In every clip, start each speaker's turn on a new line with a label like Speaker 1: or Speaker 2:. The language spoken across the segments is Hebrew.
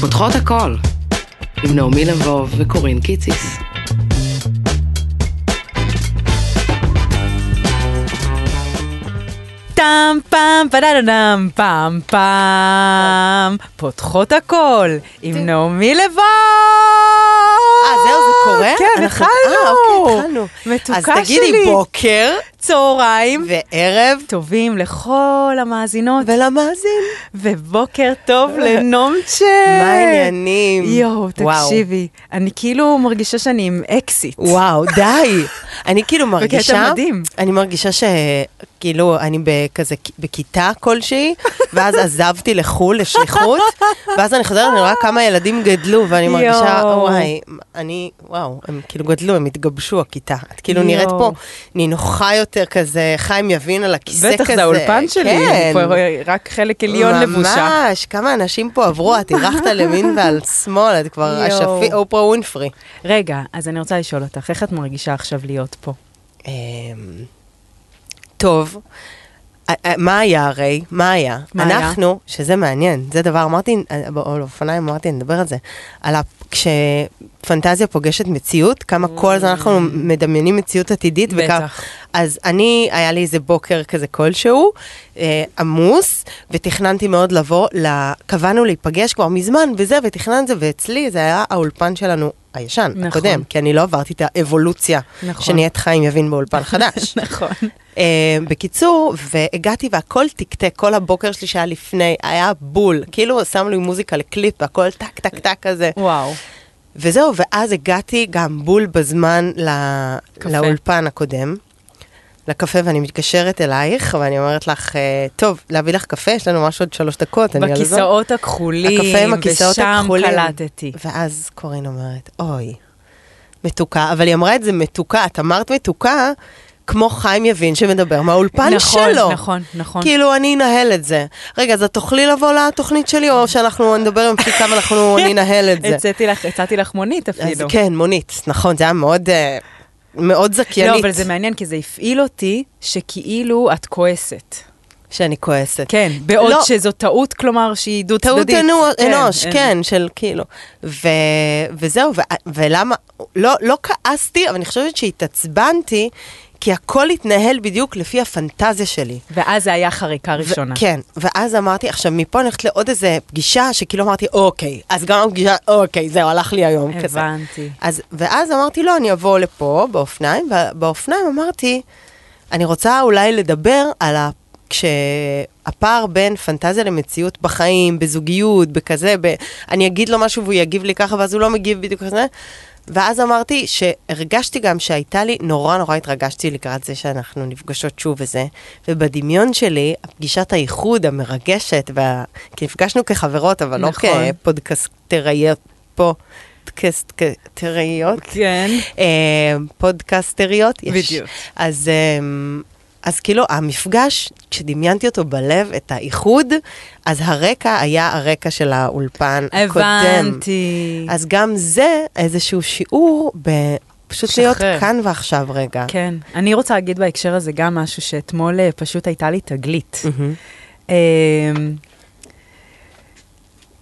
Speaker 1: צריכות הכל, עם נעמי לבוב וקורין קיציס.
Speaker 2: טאם פעם פדדדם פעם פעם פותחות הכל עם נעמי לבוב.
Speaker 3: אה, זהו, זה קורה?
Speaker 2: כן,
Speaker 3: אנחנו-
Speaker 2: התחלנו.
Speaker 3: אה, אוקיי, התחלנו. אז
Speaker 2: מתוקה
Speaker 3: תגידי,
Speaker 2: שלי.
Speaker 3: בוקר
Speaker 2: צהריים
Speaker 3: וערב
Speaker 2: טובים לכל המאזינות
Speaker 3: ולמאזין.
Speaker 2: ובוקר טוב לנומצ'ה.
Speaker 3: מה העניינים?
Speaker 2: יואו,
Speaker 3: וואו.
Speaker 2: תקשיבי, אני כאילו מרגישה שאני עם אקזיט.
Speaker 3: וואו, די. אני כאילו מרגישה...
Speaker 2: מדהים.
Speaker 3: אני מרגישה שכאילו, אני בכזה, בכיתה כלשהי, ואז עזבתי לחו"ל לשליחות, ואז אני חוזרת, אני רואה כמה ילדים גדלו, ואני מרגישה,
Speaker 2: יואו.
Speaker 3: וואי, אני, וואו, הם כאילו גדלו, הם התגבשו, הכיתה. את כאילו נראית
Speaker 2: יואו.
Speaker 3: פה נינוחה יותר כזה, חיים יבין על הכיסא כזה.
Speaker 2: בטח, זה האולפן שלי,
Speaker 3: כן.
Speaker 2: הוא כבר רק חלק עליון לבושה.
Speaker 3: ממש, כמה אנשים פה עברו, את אירחת על ימין ועל שמאל, את כבר
Speaker 2: יואו.
Speaker 3: אשפי אופרה ווינפרי.
Speaker 2: רגע, אז אני רוצה לשאול אותך, איך את מרגישה עכשיו להיות פה?
Speaker 3: אמ, טוב, א- א- מה היה הרי? מה היה?
Speaker 2: מה היה?
Speaker 3: אנחנו, שזה מעניין, זה דבר, אמרתי, אה, בא- על אופניים אמרתי, נדבר על זה, על ה- כשפנטזיה פוגשת מציאות, כמה כל הזמן אנחנו מדמיינים מציאות עתידית. וכמה-
Speaker 2: Mm. בטח.
Speaker 3: אז אני, היה לי איזה בוקר כזה כלשהו, אה, עמוס, ותכננתי מאוד לבוא, ל- קבענו להיפגש כבר מזמן וזה, ותכננת זה, ואצלי זה היה האולפן שלנו הישן,
Speaker 2: נכון.
Speaker 3: הקודם, כי אני לא עברתי את האבולוציה,
Speaker 2: נכון.
Speaker 3: שנהיית חיים יבין באולפן חדש.
Speaker 2: נכון.
Speaker 3: אה, בקיצור, והגעתי והכל תקתק, כל הבוקר שלי שהיה לפני, היה בול, כאילו שמו לי מוזיקה לקליפ והכל טק טק טק כזה.
Speaker 2: וואו.
Speaker 3: וזהו, ואז הגעתי גם בול בזמן ל...
Speaker 2: קפה.
Speaker 3: לאולפן הקודם, לקפה, ואני מתקשרת אלייך, ואני אומרת לך, אה, טוב, להביא לך קפה, יש לנו משהו עוד שלוש דקות, אני על זה.
Speaker 2: בכיסאות הכחולים,
Speaker 3: הקפה עם הכיסאות
Speaker 2: ושם
Speaker 3: הכחולים.
Speaker 2: קלטתי.
Speaker 3: ואז קורין אומרת, אוי, מתוקה, אבל היא אמרה את זה מתוקה, את אמרת מתוקה, כמו חיים יבין שמדבר מהאולפן
Speaker 2: נכון,
Speaker 3: שלו.
Speaker 2: נכון, נכון.
Speaker 3: כאילו, אני אנהל את זה. רגע, אז את תוכלי לבוא לתוכנית שלי, או שאנחנו נדבר עם פיקה ואנחנו ננהל את זה?
Speaker 2: הצעתי לך, הצעתי לך מונית
Speaker 3: אז
Speaker 2: אפילו.
Speaker 3: כן, מונית, נכון, זה היה מאוד, אה, מאוד זכיינית.
Speaker 2: כאילו. לא, אבל זה מעניין, כי זה הפעיל אותי שכאילו את כועסת.
Speaker 3: שאני כועסת.
Speaker 2: כן, בעוד
Speaker 3: לא.
Speaker 2: שזו טעות, כלומר, שהיא
Speaker 3: טעות
Speaker 2: דו-צדדית.
Speaker 3: אנו-
Speaker 2: כן,
Speaker 3: אנוש,
Speaker 2: אין-
Speaker 3: כן, של כאילו. ו- וזהו, ו- ולמה, לא, לא כעסתי, אבל אני חושבת שהתעצבנתי, כי הכל התנהל בדיוק לפי הפנטזיה שלי.
Speaker 2: ואז זה היה חריקה ראשונה.
Speaker 3: כן, ואז אמרתי, עכשיו מפה אני הולכת לעוד איזה פגישה, שכאילו אמרתי, אוקיי, אז גם הפגישה, אוקיי, זהו, הלך לי היום. כזה.
Speaker 2: הבנתי.
Speaker 3: אז, ואז אמרתי, לא, אני אבוא לפה באופניים, ובאופניים אמרתי, אני רוצה אולי לדבר על ה... כשהפער בין פנטזיה למציאות בחיים, בזוגיות, בכזה, ב... אני אגיד לו משהו והוא יגיב לי ככה, ואז הוא לא מגיב בדיוק כזה. ואז אמרתי שהרגשתי גם שהייתה לי, נורא נורא התרגשתי לקראת זה שאנחנו נפגשות שוב וזה, ובדמיון שלי, פגישת האיחוד המרגשת, וה... כי נפגשנו כחברות, אבל
Speaker 2: נכון.
Speaker 3: לא כפודקסטריות פה, פודקסטריות.
Speaker 2: כן.
Speaker 3: אה, פודקסטריות. יש.
Speaker 2: בדיוק.
Speaker 3: אז, אמ, אז כאילו, המפגש, כשדמיינתי אותו בלב, את האיחוד, אז הרקע היה הרקע של האולפן הקודם.
Speaker 2: הבנתי.
Speaker 3: אז גם זה איזשהו שיעור ב... פשוט להיות
Speaker 2: שחרר.
Speaker 3: כאן ועכשיו רגע.
Speaker 2: כן. אני רוצה להגיד בהקשר הזה גם משהו שאתמול אה, פשוט הייתה לי תגלית.
Speaker 3: מהמם.
Speaker 2: אמ,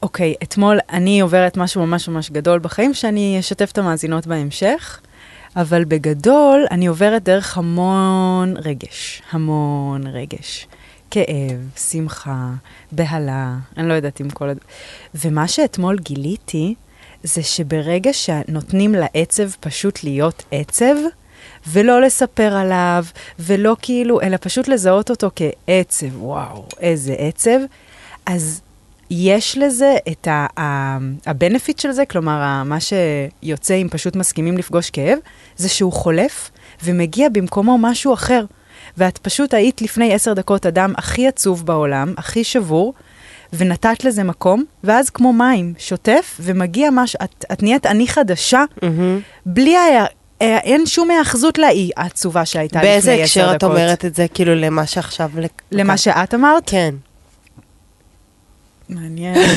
Speaker 2: אוקיי, אתמול אני עוברת משהו ממש ממש גדול בחיים, שאני אשתף את המאזינות בהמשך, אבל בגדול אני עוברת דרך המון רגש, המון רגש. כאב, שמחה, בהלה, אני לא יודעת אם כל הד... ומה שאתמול גיליתי, זה שברגע שנותנים לעצב פשוט להיות עצב, ולא לספר עליו, ולא כאילו, אלא פשוט לזהות אותו כעצב, וואו, איזה עצב, אז יש לזה את ה- ה- ה-benefit של זה, כלומר, ה- מה שיוצא אם פשוט מסכימים לפגוש כאב, זה שהוא חולף ומגיע במקומו משהו אחר. ואת פשוט היית לפני עשר דקות אדם הכי עצוב בעולם, הכי שבור, ונתת לזה מקום, ואז כמו מים, שוטף, ומגיע משהו, את, את נהיית אני חדשה,
Speaker 3: מהמם.
Speaker 2: בלי ה... אה, אין שום היאחזות לאי העצובה שהייתה לפני עשר דקות.
Speaker 3: באיזה הקשר את אוקיי. אומרת את זה, כאילו, למה שעכשיו... לק-
Speaker 2: למה שאת אמרת?
Speaker 3: כן.
Speaker 2: מעניין.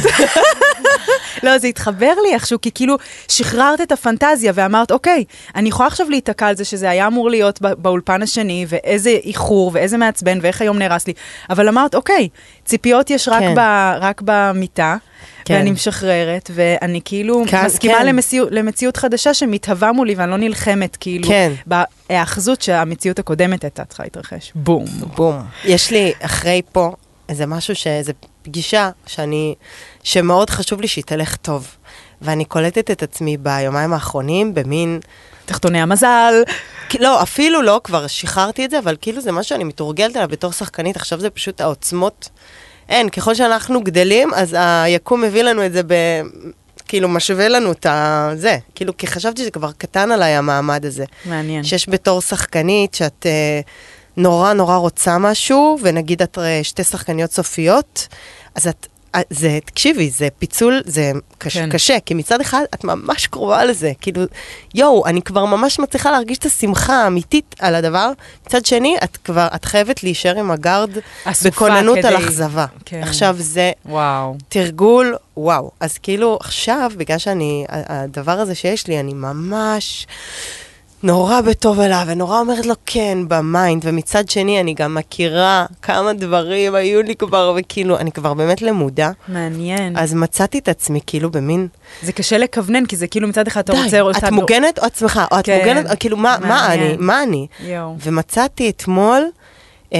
Speaker 2: לא, זה התחבר לי איכשהו, כי כאילו שחררת את הפנטזיה ואמרת, אוקיי, אני יכולה עכשיו להיתקע על זה שזה היה אמור להיות בא- באולפן השני, ואיזה איחור, ואיזה מעצבן, ואיך היום נהרס לי, אבל אמרת, אוקיי, ציפיות יש רק,
Speaker 3: כן.
Speaker 2: ב, רק במיטה,
Speaker 3: כן.
Speaker 2: ואני משחררת, ואני כאילו
Speaker 3: כן,
Speaker 2: מסכימה
Speaker 3: כן.
Speaker 2: למציאו, למציאות חדשה שמתהווה מולי, ואני לא נלחמת, כאילו,
Speaker 3: כן.
Speaker 2: בהאחזות שהמציאות הקודמת הייתה צריכה להתרחש. בום.
Speaker 3: בום. יש לי אחרי פה איזה משהו, ש- איזה פגישה שאני, שמאוד חשוב לי שהיא תלך טוב. ואני קולטת את עצמי ביומיים האחרונים במין,
Speaker 2: תחתוני המזל.
Speaker 3: כי- לא, אפילו לא, כבר שחררתי את זה, אבל כאילו זה משהו שאני מתורגלת עליו בתור שחקנית, עכשיו זה פשוט העוצמות. אין, ככל שאנחנו גדלים, אז היקום מביא לנו את זה ב... כאילו, משווה לנו את ה... זה. כאילו, כי חשבתי שזה כבר קטן עליי המעמד הזה.
Speaker 2: מעניין.
Speaker 3: שיש בתור שחקנית, שאת אה, נורא נורא רוצה משהו, ונגיד את אה, שתי שחקניות סופיות, אז את... אה, זה, תקשיבי, זה פיצול, זה קש,
Speaker 2: כן.
Speaker 3: כן. קשה, כי מצד אחד את ממש קרובה לזה, כאילו, יואו, אני כבר ממש מצליחה להרגיש את השמחה האמיתית על הדבר, מצד שני, את כבר, את חייבת להישאר עם הגארד
Speaker 2: אסופה
Speaker 3: בכוננות
Speaker 2: כדי-
Speaker 3: על אכזבה.
Speaker 2: כן.
Speaker 3: כן. עכשיו זה
Speaker 2: וואו.
Speaker 3: תרגול, וואו. אז כאילו, עכשיו, בגלל שאני, ה- הדבר הזה שיש לי, אני ממש נורא בטוב אליו, ונורא אומרת לו כן במיינד, ומצד שני, אני גם מכירה כמה דברים היו לי כבר, וכאילו, אני כבר באמת למודה.
Speaker 2: מעניין.
Speaker 3: אז מצאתי את עצמי כאילו במין,
Speaker 2: זה קשה לכוונן, כי זה כאילו מצד אחד אתה לא-
Speaker 3: די,
Speaker 2: רוצה... אותה-
Speaker 3: את מוגנת או את שמחה, או את
Speaker 2: כן.
Speaker 3: מוגנת, או כאילו, מה, מה
Speaker 2: מעניין.
Speaker 3: אני, מה אני?
Speaker 2: יואו.
Speaker 3: ומצאתי אתמול, אמ,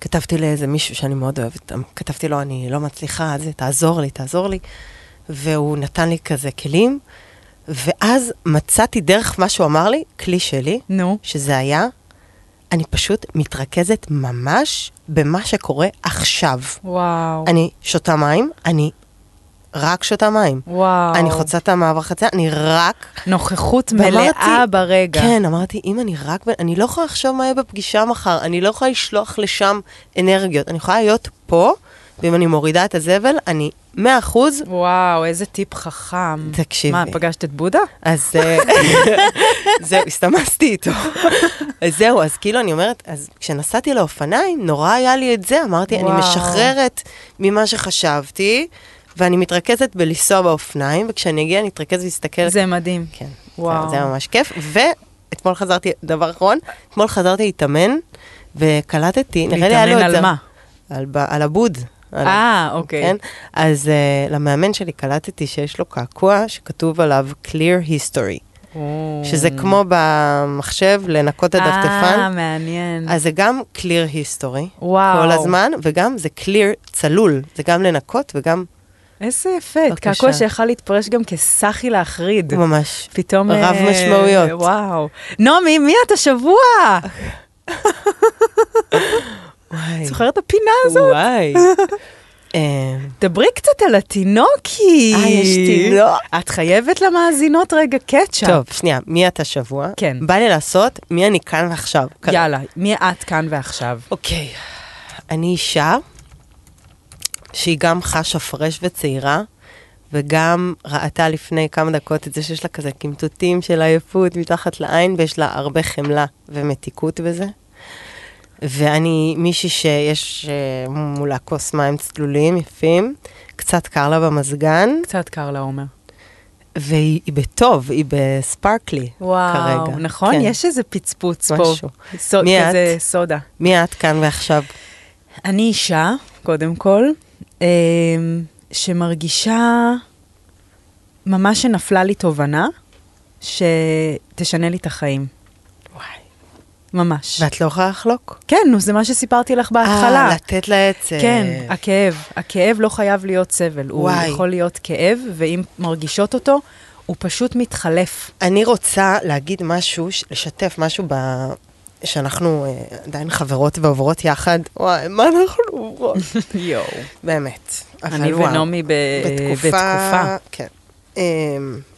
Speaker 3: כתבתי לאיזה מישהו שאני מאוד אוהבת, אמ, כתבתי לו, אני לא מצליחה, זה, תעזור לי, תעזור לי. והוא נתן לי כזה כלים, ואז מצאתי דרך מה שהוא אמר לי, כלי שלי,
Speaker 2: נו.
Speaker 3: שזה היה, אני פשוט מתרכזת ממש במה שקורה עכשיו.
Speaker 2: וואו.
Speaker 3: אני שותה מים, אני רק שותה מים.
Speaker 2: וואו.
Speaker 3: אני חוצה את המעבר חצה, אני רק
Speaker 2: נוכחות
Speaker 3: ואמרתי-
Speaker 2: מלאה ברגע.
Speaker 3: כן, אמרתי, אם אני רק... ב- אני לא יכולה לחשוב מה יהיה בפגישה מחר, אני לא יכולה לשלוח לשם אנרגיות. אני יכולה להיות פה, ואם אני מורידה את הזבל, אני 100%.
Speaker 2: וואו, איזה טיפ חכם.
Speaker 3: תקשיבי.
Speaker 2: מה, פגשת את בודה?
Speaker 3: אז אה, זהו, הסתמסתי איתו. אז זהו, אז כאילו אני אומרת, אז כשנסעתי לאופניים, נורא היה לי את זה, אמרתי, אני
Speaker 2: וואו.
Speaker 3: משחררת ממה שחשבתי, ואני מתרכזת בלנסוע באופניים, וכשאני אגיע אני אתרכז ואסתכל
Speaker 2: זה מדהים.
Speaker 3: כן,
Speaker 2: וואו.
Speaker 3: וואו. זה היה ממש כיף. ואתמול חזרתי, דבר אחרון, אתמול חזרתי להתאמן, וקלטתי, נראה לי היה לו
Speaker 2: להתאמן
Speaker 3: את זה.
Speaker 2: על מה?
Speaker 3: על, ב- על הבוד. על-
Speaker 2: אה, אוקיי.
Speaker 3: כן? אז uh, למאמן שלי קלטתי שיש לו קעקוע שכתוב עליו Clear History,
Speaker 2: או.
Speaker 3: שזה כמו במחשב לנקות את
Speaker 2: Mm. אה,
Speaker 3: הדפדפן.
Speaker 2: מעניין.
Speaker 3: אז זה גם Clear History.
Speaker 2: וואו.
Speaker 3: כל הזמן, וגם זה clear צלול, זה גם לנקות וגם
Speaker 2: איזה יפה.
Speaker 3: בבקשה.
Speaker 2: קעקוע שיכל להתפרש גם כסאחי להחריד.
Speaker 3: ממש
Speaker 2: פתאום...
Speaker 3: רב
Speaker 2: אה,
Speaker 3: משמעויות.
Speaker 2: וואו. נעמי, מי את השבוע?
Speaker 3: וואי,
Speaker 2: זוכרת את הפינה הזאת?
Speaker 3: וואי. אה,
Speaker 2: דברי קצת על התינוקי. לא.
Speaker 3: אה, יש תינוק.
Speaker 2: את חייבת למאזינות רגע קצ'אפ.
Speaker 3: טוב, שנייה, מי אתה שבוע?
Speaker 2: כן.
Speaker 3: בא לי לעשות מי אני כאן ועכשיו. כזה.
Speaker 2: יאללה, מי את כאן ועכשיו?
Speaker 3: אוקיי. אני אישה שהיא גם חשה פרש וצעירה, וגם ראתה לפני כמה דקות את זה שיש לה כזה קמטוטים של עייפות מתחת לעין, ויש לה הרבה חמלה ומתיקות בזה. ואני מישהי שיש אה, מולה כוס מים צלולים יפים, קצת קר לה במזגן,
Speaker 2: קצת קר לעומר.
Speaker 3: והיא היא בטוב, היא בספרקלי
Speaker 2: וואו,
Speaker 3: כרגע.
Speaker 2: נכון?
Speaker 3: כן.
Speaker 2: יש איזה פצפוץ פה.
Speaker 3: משהו.
Speaker 2: סוד,
Speaker 3: מי את?
Speaker 2: כזה סודה.
Speaker 3: מי את כאן ועכשיו?
Speaker 2: אני אישה, קודם כל, אמ, שמרגישה ממש שנפלה לי תובנה שתשנה לי את החיים.
Speaker 3: וואי.
Speaker 2: ממש.
Speaker 3: ואת לא יכולה לחלוק?
Speaker 2: כן, נו, זה מה שסיפרתי לך בהתחלה.
Speaker 3: אה, לתת לה עצב.
Speaker 2: כן, הכאב. הכאב לא חייב להיות סבל. הוא
Speaker 3: אה, וואי.
Speaker 2: יכול להיות כאב, ואם מרגישות אותו, הוא פשוט מתחלף.
Speaker 3: אני רוצה להגיד משהו, ש- לשתף משהו ב... שאנחנו אה, עדיין חברות ועוברות יחד. וואי, מה אנחנו עוברות?
Speaker 2: יואו.
Speaker 3: באמת. אבל
Speaker 2: אני
Speaker 3: וואו,
Speaker 2: ונעמי ב- בתקופה.
Speaker 3: כן. אמ,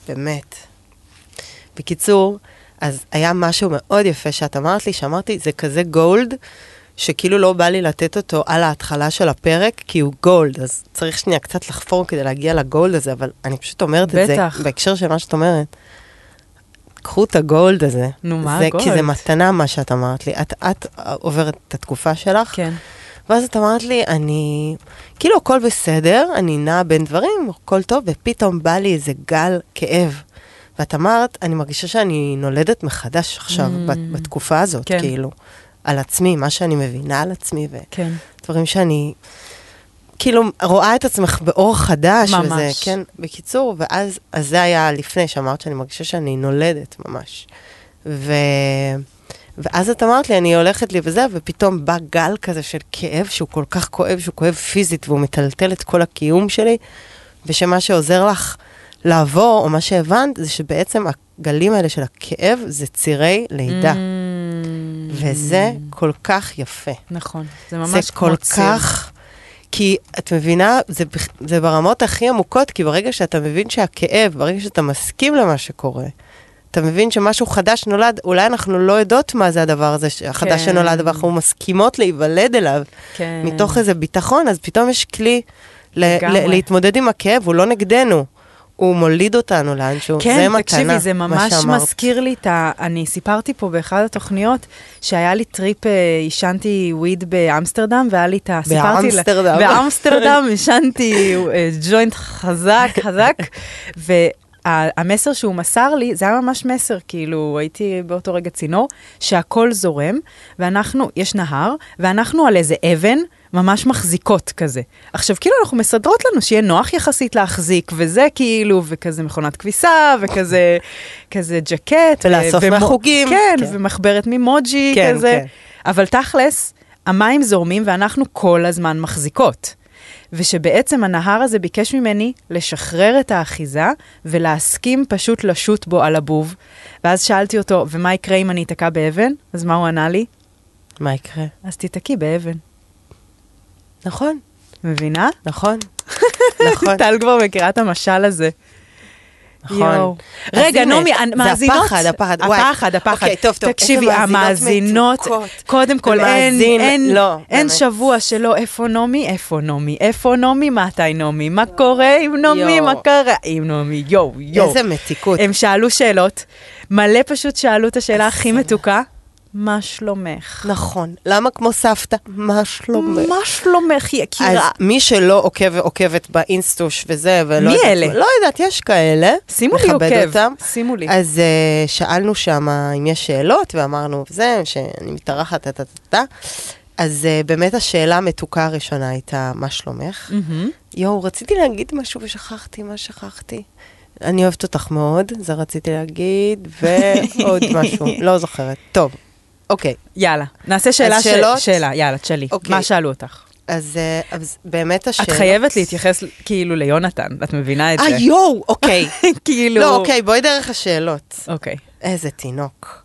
Speaker 3: באמת. בקיצור, אז היה משהו מאוד יפה שאת אמרת לי, שאמרתי, זה כזה גולד, שכאילו לא בא לי לתת אותו על ההתחלה של הפרק, כי הוא גולד, אז צריך שנייה קצת לחפור כדי להגיע לגולד הזה, אבל אני פשוט אומרת את זה,
Speaker 2: בטח.
Speaker 3: בהקשר של מה שאת אומרת. קחו את הגולד הזה.
Speaker 2: נו, מה
Speaker 3: זה,
Speaker 2: הגולד?
Speaker 3: כי זה מתנה מה שאת אמרת לי. את, את אה, עוברת את התקופה שלך,
Speaker 2: כן.
Speaker 3: ואז את אמרת לי, אני, כאילו הכל בסדר, אני נעה בין דברים, הכל טוב, ופתאום בא לי איזה גל כאב. ואת אמרת, אני מרגישה שאני נולדת מחדש עכשיו,
Speaker 2: Mm.
Speaker 3: בת, בתקופה הזאת,
Speaker 2: כן.
Speaker 3: כן. כאילו, על עצמי, מה שאני מבינה על עצמי,
Speaker 2: כן.
Speaker 3: ודברים שאני, כאילו, רואה את עצמך באור חדש,
Speaker 2: ממש.
Speaker 3: וזה, כן, בקיצור, ואז, אז זה היה לפני שאמרת שאני מרגישה שאני נולדת ממש. ו... ואז את אמרת לי, אני הולכת לי וזה, ופתאום בא גל כזה של כאב שהוא כל כך כואב, שהוא כואב פיזית, והוא מטלטל את כל הקיום שלי, ושמה שעוזר לך לעבור, או מה שהבנת, זה שבעצם הגלים האלה של הכאב זה צירי לידה,
Speaker 2: Mm,
Speaker 3: וזה כל כך יפה.
Speaker 2: נכון, זה
Speaker 3: זה
Speaker 2: ממש
Speaker 3: כל
Speaker 2: כמו ציר.
Speaker 3: כך... כי את מבינה, זה, בכ- זה ברמות הכי עמוקות, כי ברגע שאתה מבין שהכאב, ברגע שאתה מסכים למה שקורה, אתה מבין שמשהו חדש נולד, אולי אנחנו לא יודעות מה זה הדבר הזה ש- החדש
Speaker 2: כן.
Speaker 3: שנולד, אבל אנחנו מסכימות להיוולד אליו
Speaker 2: כן.
Speaker 3: מתוך איזה ביטחון, אז פתאום יש כלי ל-
Speaker 2: לגמרי.
Speaker 3: ל- להתמודד עם הכאב, הוא לא נגדנו, הוא מוליד אותנו לאנשהו, זה
Speaker 2: כן,
Speaker 3: מתנה,
Speaker 2: תקשיבי, זה
Speaker 3: מה
Speaker 2: ממש
Speaker 3: שאמרת.
Speaker 2: מזכיר לי את ה... אני סיפרתי פה באחד התוכניות שהיה לי טריפ, אה, עישנתי וויד באמסטרדם, והיה לי את ה... סיפרתי ל-
Speaker 3: באמסטרדם.
Speaker 2: באמסטרדם עישנתי אה, ג'וינט חזק, חזק, והמסר שהוא מסר לי, זה היה ממש מסר, כאילו, הייתי באותו רגע צינור, שהכל זורם, ואנחנו, יש נהר, ואנחנו על איזה אבן. ממש מחזיקות כזה. עכשיו, כאילו, אנחנו מסדרות לנו שיהיה נוח יחסית להחזיק, וזה כאילו, וכזה מכונת כביסה, וכזה כזה ג'קט.
Speaker 3: ולאסוף
Speaker 2: ומו-
Speaker 3: מהחוגים.
Speaker 2: כן,
Speaker 3: כן.
Speaker 2: ומחברת ממוג'י
Speaker 3: כן,
Speaker 2: כזה.
Speaker 3: כן.
Speaker 2: אבל תכלס, המים זורמים ואנחנו כל הזמן מחזיקות. ושבעצם הנהר הזה ביקש ממני לשחרר את האחיזה ולהסכים פשוט לשוט בו על הבוב. ואז שאלתי אותו, ומה יקרה אם אני אתקע באבן? אז מה הוא ענה לי?
Speaker 3: מה יקרה?
Speaker 2: אז תיתקעי באבן.
Speaker 3: נכון,
Speaker 2: מבינה?
Speaker 3: נכון, נכון.
Speaker 2: טל כבר מכירה את המשל הזה.
Speaker 3: נכון.
Speaker 2: יואו.
Speaker 3: אז
Speaker 2: רגע,
Speaker 3: הנה,
Speaker 2: נעמי,
Speaker 3: זה
Speaker 2: המאזינות.
Speaker 3: הפחד, הפחד, וואי.
Speaker 2: הפחד, הפחד.
Speaker 3: אוקיי, טוב, טוב,
Speaker 2: תקשיבי,
Speaker 3: איזה מאזינות
Speaker 2: המאזינות,
Speaker 3: מתוקות.
Speaker 2: קודם כל, אין,
Speaker 3: מאזין,
Speaker 2: אין,
Speaker 3: לא,
Speaker 2: אין
Speaker 3: באמת.
Speaker 2: שבוע שלא איפה נעמי, איפה נעמי, איפה נעמי, מתי נעמי, מה קורה עם נעמי,
Speaker 3: יואו.
Speaker 2: מה קרה עם נעמי, יואו, יואו.
Speaker 3: איזה מתיקות.
Speaker 2: הם שאלו שאלות, מלא פשוט שאלו את השאלה הכי מתוקה, מה שלומך?
Speaker 3: נכון. למה כמו סבתא? מה שלומך?
Speaker 2: מה שלומך,
Speaker 3: אז
Speaker 2: יקירה?
Speaker 3: מי שלא עוקב ועוקבת באינסטוש וזה, ולא
Speaker 2: מי
Speaker 3: יודעת,
Speaker 2: אלה?
Speaker 3: לא יודעת, יש כאלה.
Speaker 2: שימו לי
Speaker 3: נכבד
Speaker 2: עוקב,
Speaker 3: אותם.
Speaker 2: שימו לי.
Speaker 3: אז uh, שאלנו שם אם יש שאלות, ואמרנו, זה, שאני מתארחת, טה טה טה טה. אז uh, באמת השאלה המתוקה הראשונה הייתה, מה שלומך?
Speaker 2: מהמם.
Speaker 3: יואו, רציתי להגיד משהו ושכחתי, מה שכחתי? אני אוהבת אותך מאוד, זה רציתי להגיד, ועוד משהו, לא זוכרת. טוב, אוקיי.
Speaker 2: יאללה, נעשה שאלה, ש-
Speaker 3: שאלות?
Speaker 2: שאלה, יאללה, תשאלי.
Speaker 3: אוקיי.
Speaker 2: מה שאלו אותך?
Speaker 3: אז, אה, אז באמת השאלות...
Speaker 2: את חייבת להתייחס כאילו ליונתן, את מבינה את זה.
Speaker 3: אה, יואו, אוקיי.
Speaker 2: כאילו...
Speaker 3: לא, אוקיי, לא בואי דרך השאלות.
Speaker 2: אוקיי.
Speaker 3: איזה תינוק.